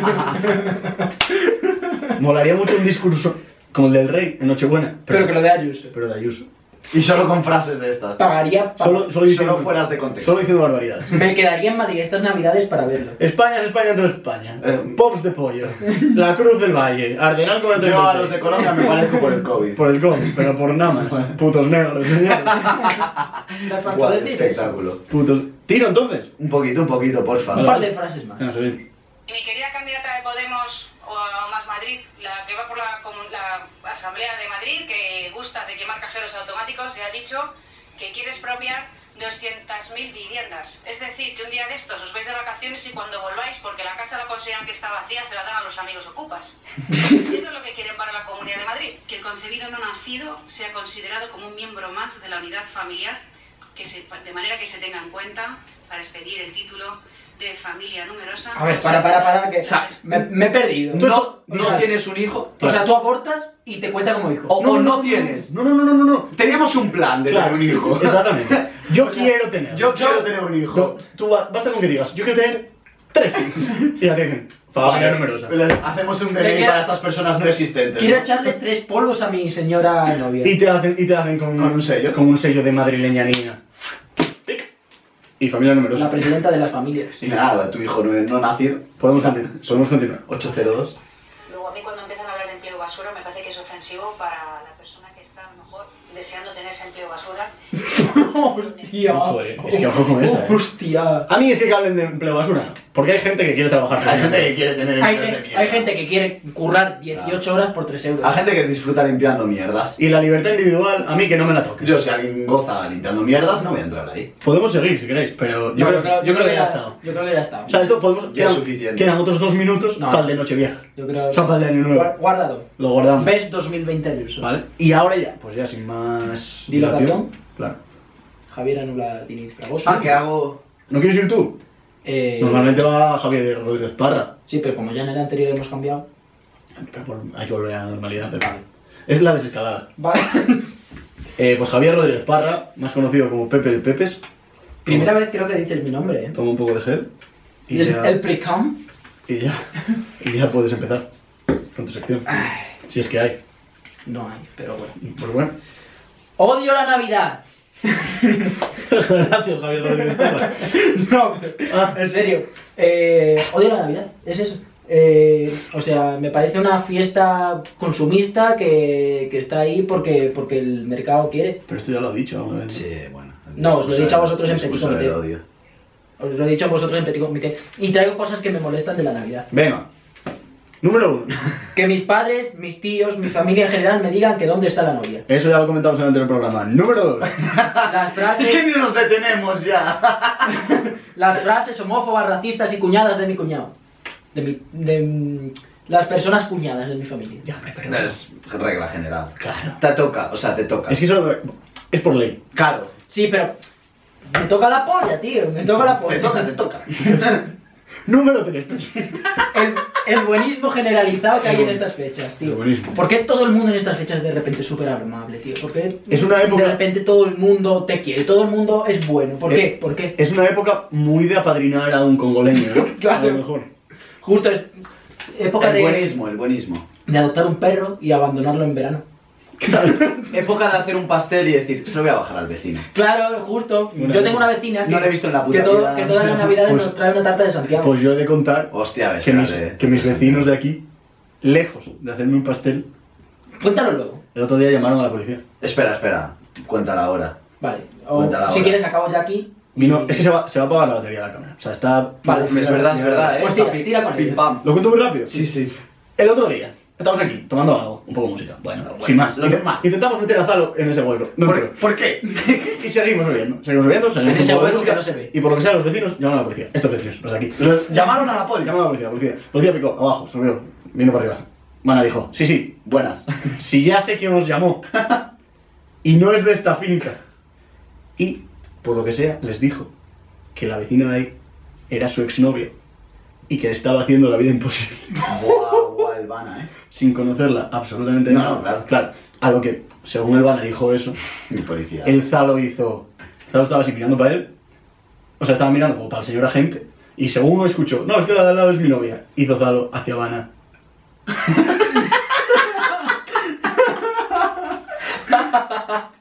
Speaker 4: molaría mucho un discurso como el del rey en Nochebuena.
Speaker 3: Pero que lo de Ayuso.
Speaker 4: pero de Ayuso.
Speaker 1: Y solo con frases de estas.
Speaker 3: Pagaría pa-
Speaker 4: Solo, solo,
Speaker 1: Solo
Speaker 4: diciendo,
Speaker 1: fueras de contexto.
Speaker 4: solo diciendo barbaridades.
Speaker 3: Me quedaría en Madrid estas navidades para verlo.
Speaker 4: España es España dentro de España.
Speaker 1: Eh.
Speaker 4: Pops de pollo. La Cruz del Valle. Ardenal con el
Speaker 1: Yo a
Speaker 4: 36.
Speaker 1: los de Colombia me parezco por el COVID.
Speaker 4: Por el COVID, pero por nada más. Putos negros, de mierda.
Speaker 1: Guau,
Speaker 3: Las faltó decir eso.
Speaker 1: espectáculo.
Speaker 4: Putos. Tiro entonces.
Speaker 1: Un poquito, un poquito, porfa.
Speaker 3: Un par de frases
Speaker 1: Ah,
Speaker 3: más.
Speaker 4: Venga, seguimos.
Speaker 6: Y mi querida candidata de Podemos o a Más Madrid, la que va por la, comun- la Asamblea de Madrid, que gusta de quemar cajeros automáticos, ya ha dicho que quiere expropiar 200.000 viviendas. Es decir, que un día de estos os vais de vacaciones y cuando volváis, porque la casa la consideran que está vacía, se la dan a los amigos ocupas. Y Eso es lo que quieren para la Comunidad de Madrid, que el concebido no nacido sea considerado como un miembro más de la unidad familiar, que se- de manera que se tenga en cuenta para expedir el título de familia numerosa.
Speaker 3: A ver, para, para, para, que. O sea, me, me he perdido.
Speaker 4: Tú-
Speaker 1: No, no
Speaker 4: Digas-
Speaker 1: tienes un hijo.
Speaker 3: O sea, tú abortas y te cuenta como hijo.
Speaker 4: Oh,
Speaker 1: O, o no tienes.
Speaker 4: No, no, no, no, no. no.
Speaker 1: Teníamos un plan de
Speaker 4: Claro.
Speaker 1: tener un hijo.
Speaker 4: Exactamente. Yo quiero tener.
Speaker 1: Yo quiero tener un hijo.
Speaker 4: No, tú ba- basta con que digas, yo quiero tener tres hijos. Y ya te dicen, familia
Speaker 1: Vale.
Speaker 4: numerosa.
Speaker 1: Le- Hacemos un DNI
Speaker 3: Quiero-
Speaker 1: para estas personas no existentes.
Speaker 3: Quiero
Speaker 1: ¿no?
Speaker 3: echarle tres polvos a mi señora novia.
Speaker 4: Y te hacen, y te hacen con,
Speaker 1: Con un sello.
Speaker 4: Con un sello de madrileñanía. Tic. Y familia numerosa.
Speaker 3: La presidenta de las familias.
Speaker 1: Y nada, tu hijo no, no nacido.
Speaker 4: Podemos, continu- podemos continuar.
Speaker 1: 802.
Speaker 6: Luego a mí cuando empiezan a hablar de empleo basura me parece que es ofensivo para la persona que está a lo mejor deseando tener ese empleo basura.
Speaker 3: Hostia.
Speaker 4: Joder, es que ojo con esa, eh.
Speaker 3: Hostia.
Speaker 4: A mí es que que hablen de empleo basura, no. Porque hay gente que quiere trabajar. con
Speaker 1: Hay
Speaker 4: ello.
Speaker 1: gente que quiere tener
Speaker 3: Hay,
Speaker 1: empleos de
Speaker 3: gen-
Speaker 1: mierda.
Speaker 3: hay gente que quiere currar
Speaker 4: Ah.
Speaker 3: 18 horas por 3 euros.
Speaker 1: Hay gente que disfruta limpiando mierdas.
Speaker 4: Y la libertad individual, a mí que no me la toque.
Speaker 1: Yo, si alguien goza limpiando mierdas, no voy a entrar ahí.
Speaker 4: Podemos seguir si queréis, pero yo, creo, yo creo que ya ha estado.
Speaker 3: Yo creo que ya está.
Speaker 4: O sea, esto podemos.
Speaker 1: es
Speaker 4: quedan,
Speaker 1: suficiente.
Speaker 4: quedan otros dos minutos
Speaker 3: No.
Speaker 4: para el de Nochevieja.
Speaker 3: Yo creo
Speaker 4: O sea, para el de Año
Speaker 3: Guar-
Speaker 4: Nuevo.
Speaker 3: Guárdalo.
Speaker 4: Lo guardamos.
Speaker 3: Ves 2020 Ayuso.
Speaker 4: ¿Vale? Y ahora ya, pues ya sin más
Speaker 3: Dilatación.
Speaker 4: Claro.
Speaker 3: Javier anula Diniz Fragoso.
Speaker 1: Ah, ¿qué hago?
Speaker 4: ¿No quieres ir tú?
Speaker 3: Eh,
Speaker 4: Normalmente va Javier Rodríguez Parra.
Speaker 3: Sí, pero como ya en el anterior hemos cambiado.
Speaker 4: Pero por- hay que volver a la normalidad, pero vale. Es la desescalada.
Speaker 3: Vale.
Speaker 4: Eh, pues Javier Rodríguez Parra, más conocido como Pepe el Pepes,
Speaker 3: Primera vez creo que dices mi nombre, ¿eh?
Speaker 4: toma un poco de gel y
Speaker 3: el,
Speaker 4: ya,
Speaker 3: el precam.
Speaker 4: y ya, y ya puedes empezar. Con tu sección. Si es que hay.
Speaker 3: No hay, pero bueno.
Speaker 4: Pues bueno.
Speaker 3: ¡Odio la Navidad!
Speaker 4: Gracias, Javier Rodríguez Parra.
Speaker 3: No, pero-
Speaker 4: Ah.
Speaker 3: en serio. Eh, odio la Navidad, es eso. Eh, o sea, me parece una fiesta consumista que, que está ahí porque, porque el mercado quiere.
Speaker 4: Pero esto ya lo ha dicho alguna vez. ¿no?
Speaker 1: Sí, bueno.
Speaker 3: No, os lo he dicho a vosotros en
Speaker 1: Discurso
Speaker 3: Petit
Speaker 1: del
Speaker 3: Comité.
Speaker 1: odio.
Speaker 3: Os lo he dicho a vosotros en Petit Comité. Y traigo cosas que me molestan de la Navidad.
Speaker 1: Venga.
Speaker 4: Número uno.
Speaker 3: Que mis padres, mis tíos, mi familia en general me digan que dónde está la novia.
Speaker 4: Eso ya lo comentamos en el anterior programa. Número dos.
Speaker 3: Las frases,
Speaker 1: Es que ni nos detenemos ya.
Speaker 3: las frases homófobas, racistas y cuñadas de mi cuñado. De mi, de, mm, las personas cuñadas de mi familia.
Speaker 1: Es regla general.
Speaker 4: Claro.
Speaker 1: Te toca, o sea, te toca.
Speaker 4: Es que eso es por ley.
Speaker 1: Claro.
Speaker 3: Sí, pero me toca la polla, tío. Me toca la polla.
Speaker 1: Te toca, te toca.
Speaker 4: Número tres.
Speaker 3: el, el buenismo generalizado que hay en estas fechas, tío.
Speaker 4: El buenismo.
Speaker 3: ¿Por qué todo el mundo en estas fechas de repente es súper amable, tío? ¿Por qué
Speaker 4: Es una época-
Speaker 3: de repente todo el mundo te quiere? Todo el mundo es bueno. ¿Por qué?
Speaker 4: Eh,
Speaker 3: ¿Por qué?
Speaker 4: Es una época muy de apadrinar a un congoleño, ¿no?
Speaker 3: Claro.
Speaker 4: A lo mejor.
Speaker 3: Justo es época
Speaker 1: El
Speaker 3: de,
Speaker 1: buenismo, el buenismo.
Speaker 3: de adoptar un perro y abandonarlo en verano.
Speaker 1: Época de hacer un pastel y decir, se lo voy a bajar al vecino.
Speaker 3: Claro, justo.
Speaker 4: Una
Speaker 3: Yo
Speaker 4: época.
Speaker 3: tengo una vecina que,
Speaker 1: No la he visto en la puta
Speaker 3: que, todo-
Speaker 1: vida.
Speaker 3: que todas las navidades
Speaker 4: Pues-
Speaker 3: nos trae una tarta de Santiago.
Speaker 4: Pues yo he de contar
Speaker 1: Hostia, ves.
Speaker 4: que mis,
Speaker 1: espérate. eh.
Speaker 4: que mis vecinos de aquí, lejos de hacerme un pastel,
Speaker 3: Cuéntalo luego.
Speaker 4: el otro día llamaron a la policía.
Speaker 1: Espera, espera. Cuéntala ahora.
Speaker 3: Vale. O,
Speaker 1: Cuéntala
Speaker 3: si
Speaker 1: ahora.
Speaker 3: quieres, acabo ya aquí.
Speaker 4: Y no,
Speaker 3: Y-
Speaker 4: es que se va, se va a apagar la batería de la cámara. O sea, está.
Speaker 3: Vale.
Speaker 1: Mm. Es verdad, es verdad, eh.
Speaker 3: Pues tira, tira con
Speaker 1: Pim
Speaker 3: ella.
Speaker 1: pam.
Speaker 4: ¿Lo cuento muy rápido?
Speaker 1: sí.
Speaker 4: El otro día, estamos aquí, tomando algo, un poco de música. Bueno,
Speaker 1: Bueno,
Speaker 4: sin más.
Speaker 1: lo
Speaker 4: Intent-
Speaker 1: normal.
Speaker 4: Intentamos meter a Zalo en ese hueco. No
Speaker 1: ¿Por,
Speaker 4: entró.
Speaker 1: ¿Por qué?
Speaker 4: Y seguimos bebiendo. Seguimos bebiendo, seguimos
Speaker 3: En ese
Speaker 4: un poco de
Speaker 3: hueco
Speaker 4: música,
Speaker 3: que no se ve.
Speaker 4: Y por lo que sea, los vecinos llamaron a la policía. Estos vecinos, los de aquí. Los-
Speaker 1: Llamaron a la poli.
Speaker 4: Llamaron a la policía, la policía. La policía picó, abajo, se olvidó. Vino para arriba. Mana dijo, sí, sí,
Speaker 1: Buenas.
Speaker 4: si ya sé quién os llamó y no es de esta finca. Y, por lo que sea, les dijo que la vecina de ahí era su exnovia y que le estaba haciendo la vida imposible
Speaker 1: Guau, guau, Albana, eh.
Speaker 4: sin conocerla absolutamente
Speaker 1: No,
Speaker 4: nada.
Speaker 1: no, claro.
Speaker 4: A lo que, según el Vana dijo eso,
Speaker 1: Mi policía.
Speaker 4: el Zalo hizo. Zalo estaba así mirando para él, o sea, estaba mirando como para el señor agente, y según escuchó, no, es que la de al lado es mi novia, hizo Zalo hacia Habana.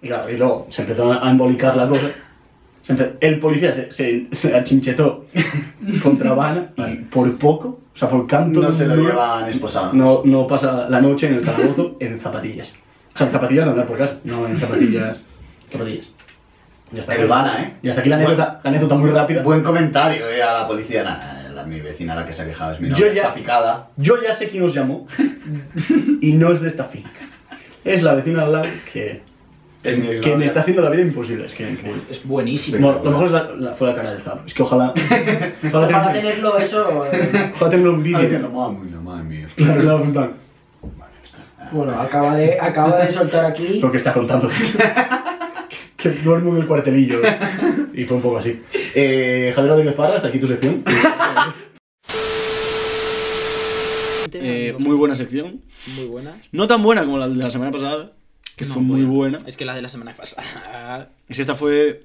Speaker 4: y, claro, y luego se empezó a embolicar la cosa. Se empe- El policía se, se- se achinchetó contra Habana y por poco, o sea, por canto.
Speaker 1: No
Speaker 4: de
Speaker 1: se lo
Speaker 4: un-
Speaker 1: llevan esposado.
Speaker 4: no, no pasa la noche en el calabozo en zapatillas. O sea, en zapatillas de andar por casa, no en zapatillas. zapatillas. Ya está. aquí.
Speaker 1: Urbana, ¿eh?
Speaker 4: Y hasta aquí la anécdota, la anécdota muy rápida.
Speaker 1: Buen comentario, eh, a la policía. Nah, la- mi vecina la que se ha quejado es mi
Speaker 4: Yo
Speaker 1: novia.
Speaker 4: ya-
Speaker 1: Está picada.
Speaker 4: Yo ya sé quién os llamó y no es de esta finca. Es la vecina al lado que,
Speaker 1: Es mi
Speaker 4: que me
Speaker 1: exnovia.
Speaker 4: está haciendo la vida imposible. Es que increíble.
Speaker 3: Es buenísimo.
Speaker 4: Bueno, lo mejor es la- la- fue la cara del Zalo. Es que ojalá. Ojalá,
Speaker 3: Ojalá
Speaker 4: tener,
Speaker 3: tenerlo eso. eh,
Speaker 4: ojalá tenerlo en
Speaker 1: Está diciendo,
Speaker 4: vídeo.
Speaker 1: mami, mami.
Speaker 4: Claro, claro, en plan,
Speaker 3: bueno, acaba de, acaba de soltar aquí.
Speaker 4: Lo que está contando. que duermo en el cuartelillo. Y fue un poco así. Eh, Javier Rodríguez Parra, hasta aquí tu sección. Eh, muy buena sección.
Speaker 7: Muy buena.
Speaker 4: No tan buena como la de la semana pasada, eh, que
Speaker 7: No,
Speaker 4: fue muy buena.
Speaker 7: Es que la de la semana pasada.
Speaker 4: Es que esta fue.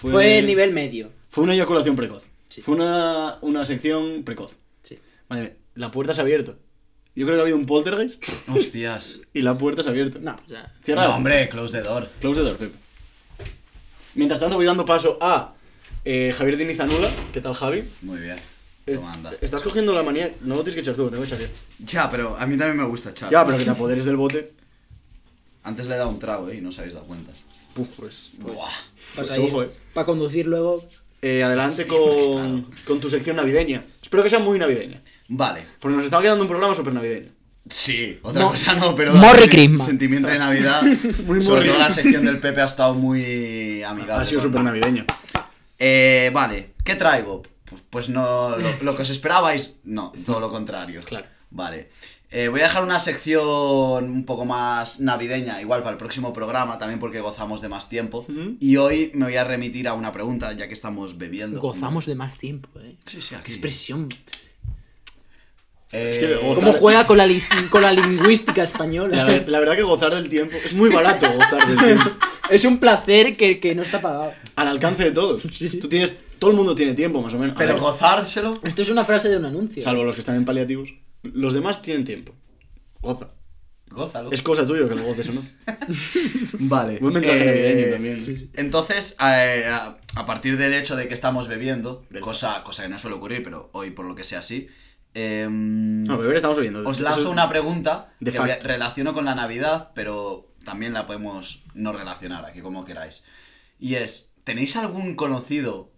Speaker 4: Pues,
Speaker 7: Fue, nivel medio.
Speaker 4: Fue una eyaculación precoz.
Speaker 7: Sí.
Speaker 4: Fue una, una sección precoz.
Speaker 7: Sí.
Speaker 4: Madre mía, la puerta se ha abierto. Yo creo que ha habido un poltergeist
Speaker 5: Hostias.
Speaker 4: y la puerta se ha abierto.
Speaker 7: No, o sea.
Speaker 4: Cierra la
Speaker 5: No, hombre, close the door.
Speaker 4: Close the door, Pepe. Mientras tanto, voy dando paso a eh, Javier Diniz Anula. ¿Qué tal, Javi?
Speaker 5: Muy bien.
Speaker 4: Es-
Speaker 5: Toma, anda.
Speaker 4: Estás cogiendo la manía. No lo tienes que echar tú, lo tengo que echar yo.
Speaker 5: Ya, pero a mí también me gusta echar.
Speaker 4: Ya, pero que te apoderes del bote.
Speaker 5: Antes le he dado un trago, eh, y no os habéis dado cuenta.
Speaker 4: Puf, pues.
Speaker 5: Buah.
Speaker 4: Pues
Speaker 7: Pues ahí,
Speaker 4: ojo, eh.
Speaker 7: Para conducir luego.
Speaker 4: Eh, adelante con, con tu sección navideña. Espero que sea muy navideña.
Speaker 5: Vale.
Speaker 4: Porque nos estaba quedando un programa súper navideño.
Speaker 5: Sí, otra
Speaker 7: Mo-
Speaker 5: cosa no, pero.
Speaker 7: Morri
Speaker 5: el
Speaker 7: Christmas.
Speaker 5: Sentimiento de Navidad.
Speaker 4: Muy
Speaker 5: sobre
Speaker 4: morri.
Speaker 5: todo la sección del Pepe ha estado muy amigable.
Speaker 4: Ha sido
Speaker 5: con-
Speaker 4: súper navideña.
Speaker 5: Eh, vale, ¿qué traigo? Pues, pues no, lo, lo que os esperabais, no, todo lo contrario.
Speaker 4: Claro.
Speaker 5: Vale. Eh, voy a dejar una sección un poco más navideña, igual para el próximo programa, también porque gozamos de más tiempo.
Speaker 4: Ujú.
Speaker 5: Y hoy me voy a remitir a una pregunta, ya que estamos bebiendo.
Speaker 7: Gozamos de más tiempo, eh.
Speaker 5: Sí, sí,
Speaker 7: Qué
Speaker 5: aquí.
Speaker 7: expresión.
Speaker 5: Eh,
Speaker 4: Es que goza-
Speaker 7: ¿Cómo juega con la, lis- con la lingüística española?
Speaker 4: La, ver- la verdad que gozar del tiempo es muy barato gozar del tiempo.
Speaker 7: Es un placer que, que no está pagado.
Speaker 4: Al alcance de todos.
Speaker 7: Sí, sí.
Speaker 4: Tú tienes, todo el mundo tiene tiempo, más o menos. A
Speaker 5: Pero
Speaker 4: ver,
Speaker 5: gozárselo.
Speaker 7: Esto es una frase de un anuncio.
Speaker 4: salvo los que están en paliativos. Los demás tienen tiempo. goza.
Speaker 5: Gózalo.
Speaker 4: Es cosa tuya que lo goces o no.
Speaker 2: Vale.
Speaker 4: Buen mensaje
Speaker 5: Eh,
Speaker 4: navideño también.
Speaker 5: Entonces, eh, a, a partir del hecho de que estamos bebiendo, cosa, cosa que no suele ocurrir, pero hoy por lo que sea así, eh,
Speaker 4: No, beber estamos bebiendo.
Speaker 5: os
Speaker 4: Eso
Speaker 5: lanzo
Speaker 4: es-
Speaker 5: una pregunta
Speaker 4: de
Speaker 5: que voy a-
Speaker 4: facto.
Speaker 5: relaciono con la Navidad, pero también la podemos no relacionar aquí como queráis. Y es, ¿tenéis algún conocido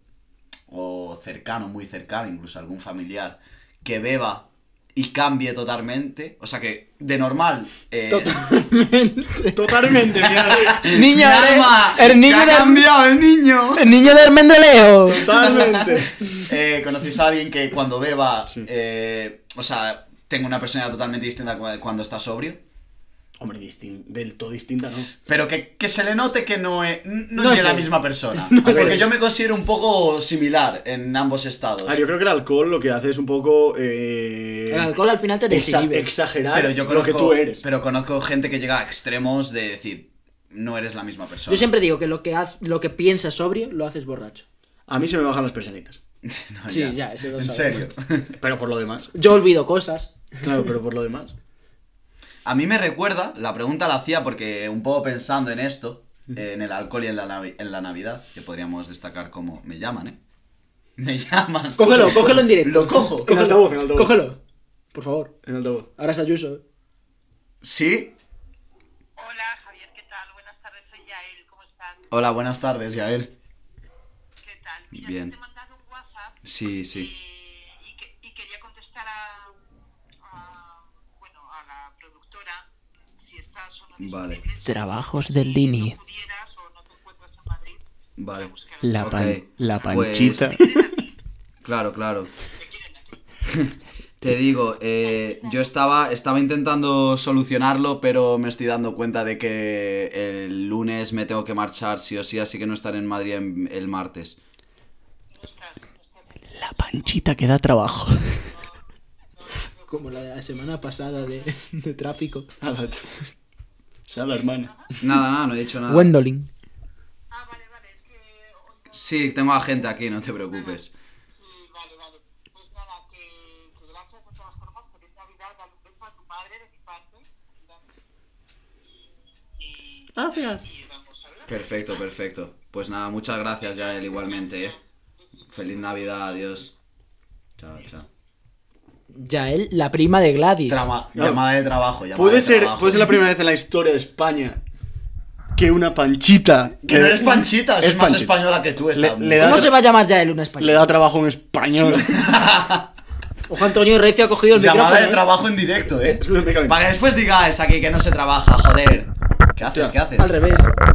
Speaker 5: o cercano, muy cercano, incluso algún familiar que beba y cambie totalmente? O sea que de normal... eh,
Speaker 4: Totalmente, mira.
Speaker 3: Niño, eres-
Speaker 5: ¡Karma!
Speaker 3: el niño
Speaker 5: ¡Que ha
Speaker 3: de Arm-
Speaker 5: cambiado el niño!
Speaker 3: el niño de Hermendeleo.
Speaker 4: Totalmente.
Speaker 5: Eh, ¿Conocéis a alguien que cuando beba,
Speaker 4: Sí.
Speaker 5: eh, o sea, tenga una personalidad totalmente distinta cu- cuando está sobrio?
Speaker 4: Hombre, distin- del todo distinta, ¿no?
Speaker 5: Pero que, que se le note que no es, no
Speaker 3: No
Speaker 5: es de la
Speaker 3: sé.
Speaker 5: misma persona.
Speaker 4: sé.
Speaker 5: Porque yo me considero un poco similar en ambos estados.
Speaker 4: A ver, yo creo que el alcohol lo que hace es un poco. eh,
Speaker 3: El alcohol al final te
Speaker 4: exa-
Speaker 3: desinhibe.
Speaker 4: exagerar
Speaker 5: pero yo
Speaker 4: lo que
Speaker 5: conozco,
Speaker 4: tú eres.
Speaker 5: pero conozco gente que llega a extremos de decir, no eres la misma persona.
Speaker 3: Yo siempre digo que lo que, haz- lo que piensas sobrio lo haces borracho.
Speaker 4: A mí se me bajan las persianitas.
Speaker 5: No,
Speaker 3: Sí, ya, eso lo
Speaker 5: En serio.
Speaker 3: sabemos.
Speaker 4: Pero por lo demás.
Speaker 3: Yo olvido cosas.
Speaker 4: Claro, pero por lo demás.
Speaker 5: A mí me recuerda, la pregunta la hacía porque un poco pensando en esto, eh, en el alcohol y en la, navi- en la Navidad, que podríamos destacar como me llaman, ¿eh? Me llaman.
Speaker 3: Cógelo, cógelo en directo.
Speaker 5: Lo cojo.
Speaker 4: En altavoz, en altavoz.
Speaker 3: Cógelo. Por favor.
Speaker 4: En altavoz.
Speaker 3: Ahora es Ayuso.
Speaker 5: ¿Sí?
Speaker 8: Hola, Javier, ¿qué tal? Buenas tardes, soy Yael, ¿cómo estás?
Speaker 5: Hola, buenas tardes, Yael.
Speaker 8: ¿Qué tal? Mira,
Speaker 5: Bien.
Speaker 8: que te he mandado un WhatsApp
Speaker 5: Sí, sí.
Speaker 8: eh, y, que- y quería contestar a, a, bueno, a la productora si estás o no
Speaker 5: Vale.
Speaker 8: disponible, si
Speaker 3: Trabajos del Dini.
Speaker 8: no pudieras o no te encuentras en Madrid.
Speaker 5: Vale.
Speaker 3: La,
Speaker 5: Ok,
Speaker 3: pan- la
Speaker 5: pues-
Speaker 3: panchita.
Speaker 5: Claro, claro. Te digo, eh, yo estaba, estaba intentando solucionarlo, pero me estoy dando cuenta de que el lunes me tengo que marchar sí o sí, así que no estaré en Madrid en- el martes.
Speaker 3: La panchita que da trabajo. Como la de la semana pasada de, de tráfico.
Speaker 4: A la... Se habla, hermana.
Speaker 5: Nada, nada, no he dicho nada.
Speaker 3: Wendolin.
Speaker 8: Ah, vale, vale, es que oigo-
Speaker 5: Sí, tengo a gente aquí, no te preocupes.
Speaker 8: sí, vale, vale. Pues nada, que, que gracias de todas formas, feliz Navidad, dale un beso a tu madre de mi parte. Y,
Speaker 3: Gracias.
Speaker 8: y vamos a ver.
Speaker 5: Perfecto, perfecto. Pues nada, muchas gracias, Yael, igualmente, ¿eh? Feliz Navidad, adiós. Chao, chao.
Speaker 3: Yael, la prima de Gladys.
Speaker 5: llamada de trabajo, llamada
Speaker 4: Puede
Speaker 5: de
Speaker 4: ser,
Speaker 5: trabajo.
Speaker 4: puede ser la primera vez en la historia de España que una panchita.
Speaker 5: Que no eres panchita, es
Speaker 4: Es
Speaker 5: más
Speaker 4: Panchita.
Speaker 5: española que tú.
Speaker 4: Le-
Speaker 5: Está...
Speaker 4: le da-
Speaker 3: ¿Cómo se va a llamar Yael una
Speaker 4: Le
Speaker 3: española?
Speaker 4: da trabajo a un español.
Speaker 3: Ojo, Antonio Recio ha cogido el
Speaker 5: Llamada
Speaker 3: micrófono.
Speaker 5: de
Speaker 3: ¿eh?
Speaker 5: trabajo en directo, ¿eh?
Speaker 4: Es muy caliente.
Speaker 5: Para que después digáis aquí que no se trabaja, joder. ¿Qué haces?
Speaker 4: Ya,
Speaker 5: ¿Qué haces?
Speaker 3: ¿eh? Al revés.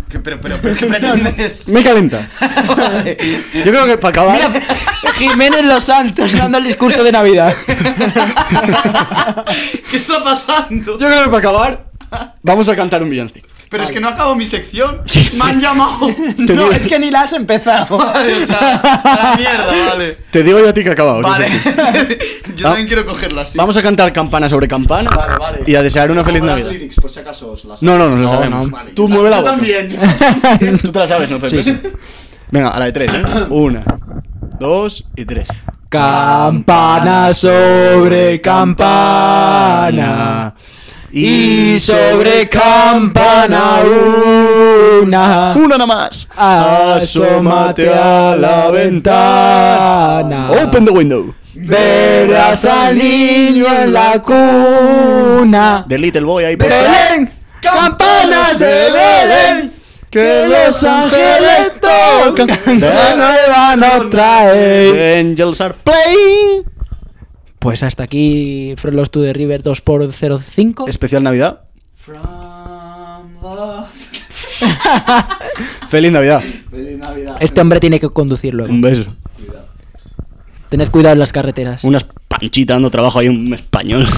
Speaker 5: ¿Qué- pero, pero, pero, ¿qué pretendes?
Speaker 4: Me calienta.
Speaker 5: Vale.
Speaker 4: Yo creo que para acabar.
Speaker 3: Mira, Jiménez Los Santos dando el discurso de Navidad.
Speaker 5: ¿Qué está pasando?
Speaker 4: Yo creo que para acabar. Vamos a cantar un villancico.
Speaker 5: Pero es que no acabo mi sección. Me han llamado.
Speaker 4: Te
Speaker 3: No,
Speaker 4: digo-
Speaker 3: es que ni la has empezado.
Speaker 5: Vale, o sea, a la mierda, vale.
Speaker 4: Te digo yo a ti que he acabado.
Speaker 5: Vale. Yo
Speaker 4: Va-
Speaker 5: también quiero cogerla así.
Speaker 4: Vamos a cantar campana sobre campana
Speaker 5: Vale, vale.
Speaker 4: y a desear una feliz
Speaker 5: Pongo las
Speaker 4: Navidad.
Speaker 5: lyrics, por si acaso os las
Speaker 4: No, no, no, lo sabemos. Tú mueve la
Speaker 5: Yo
Speaker 4: boca.
Speaker 5: también.
Speaker 4: Tú te la sabes, ¿no, Pepe? Venga, a la de tres, ¿eh? Una, dos y tres.
Speaker 3: Campana sobre campana. Y sobre campana una.
Speaker 4: Una nada más.
Speaker 3: Asómate a la ventana.
Speaker 4: Open the window.
Speaker 3: Verás al niño en la cuna.
Speaker 4: The little boy ahí
Speaker 3: Belén, campanas de Belén. Que los ángeles tocan. De nueva nos traen.
Speaker 4: The angels are playing.
Speaker 3: Pues hasta aquí Frolos to the River 2x05.
Speaker 4: Especial Navidad. Feliz Navidad.
Speaker 2: Feliz Navidad.
Speaker 3: Este hombre tiene que conducir luego.
Speaker 4: Un beso.
Speaker 2: Cuidado.
Speaker 3: Tened cuidado en las carreteras.
Speaker 4: Unas panchitas dando trabajo ahí a un español.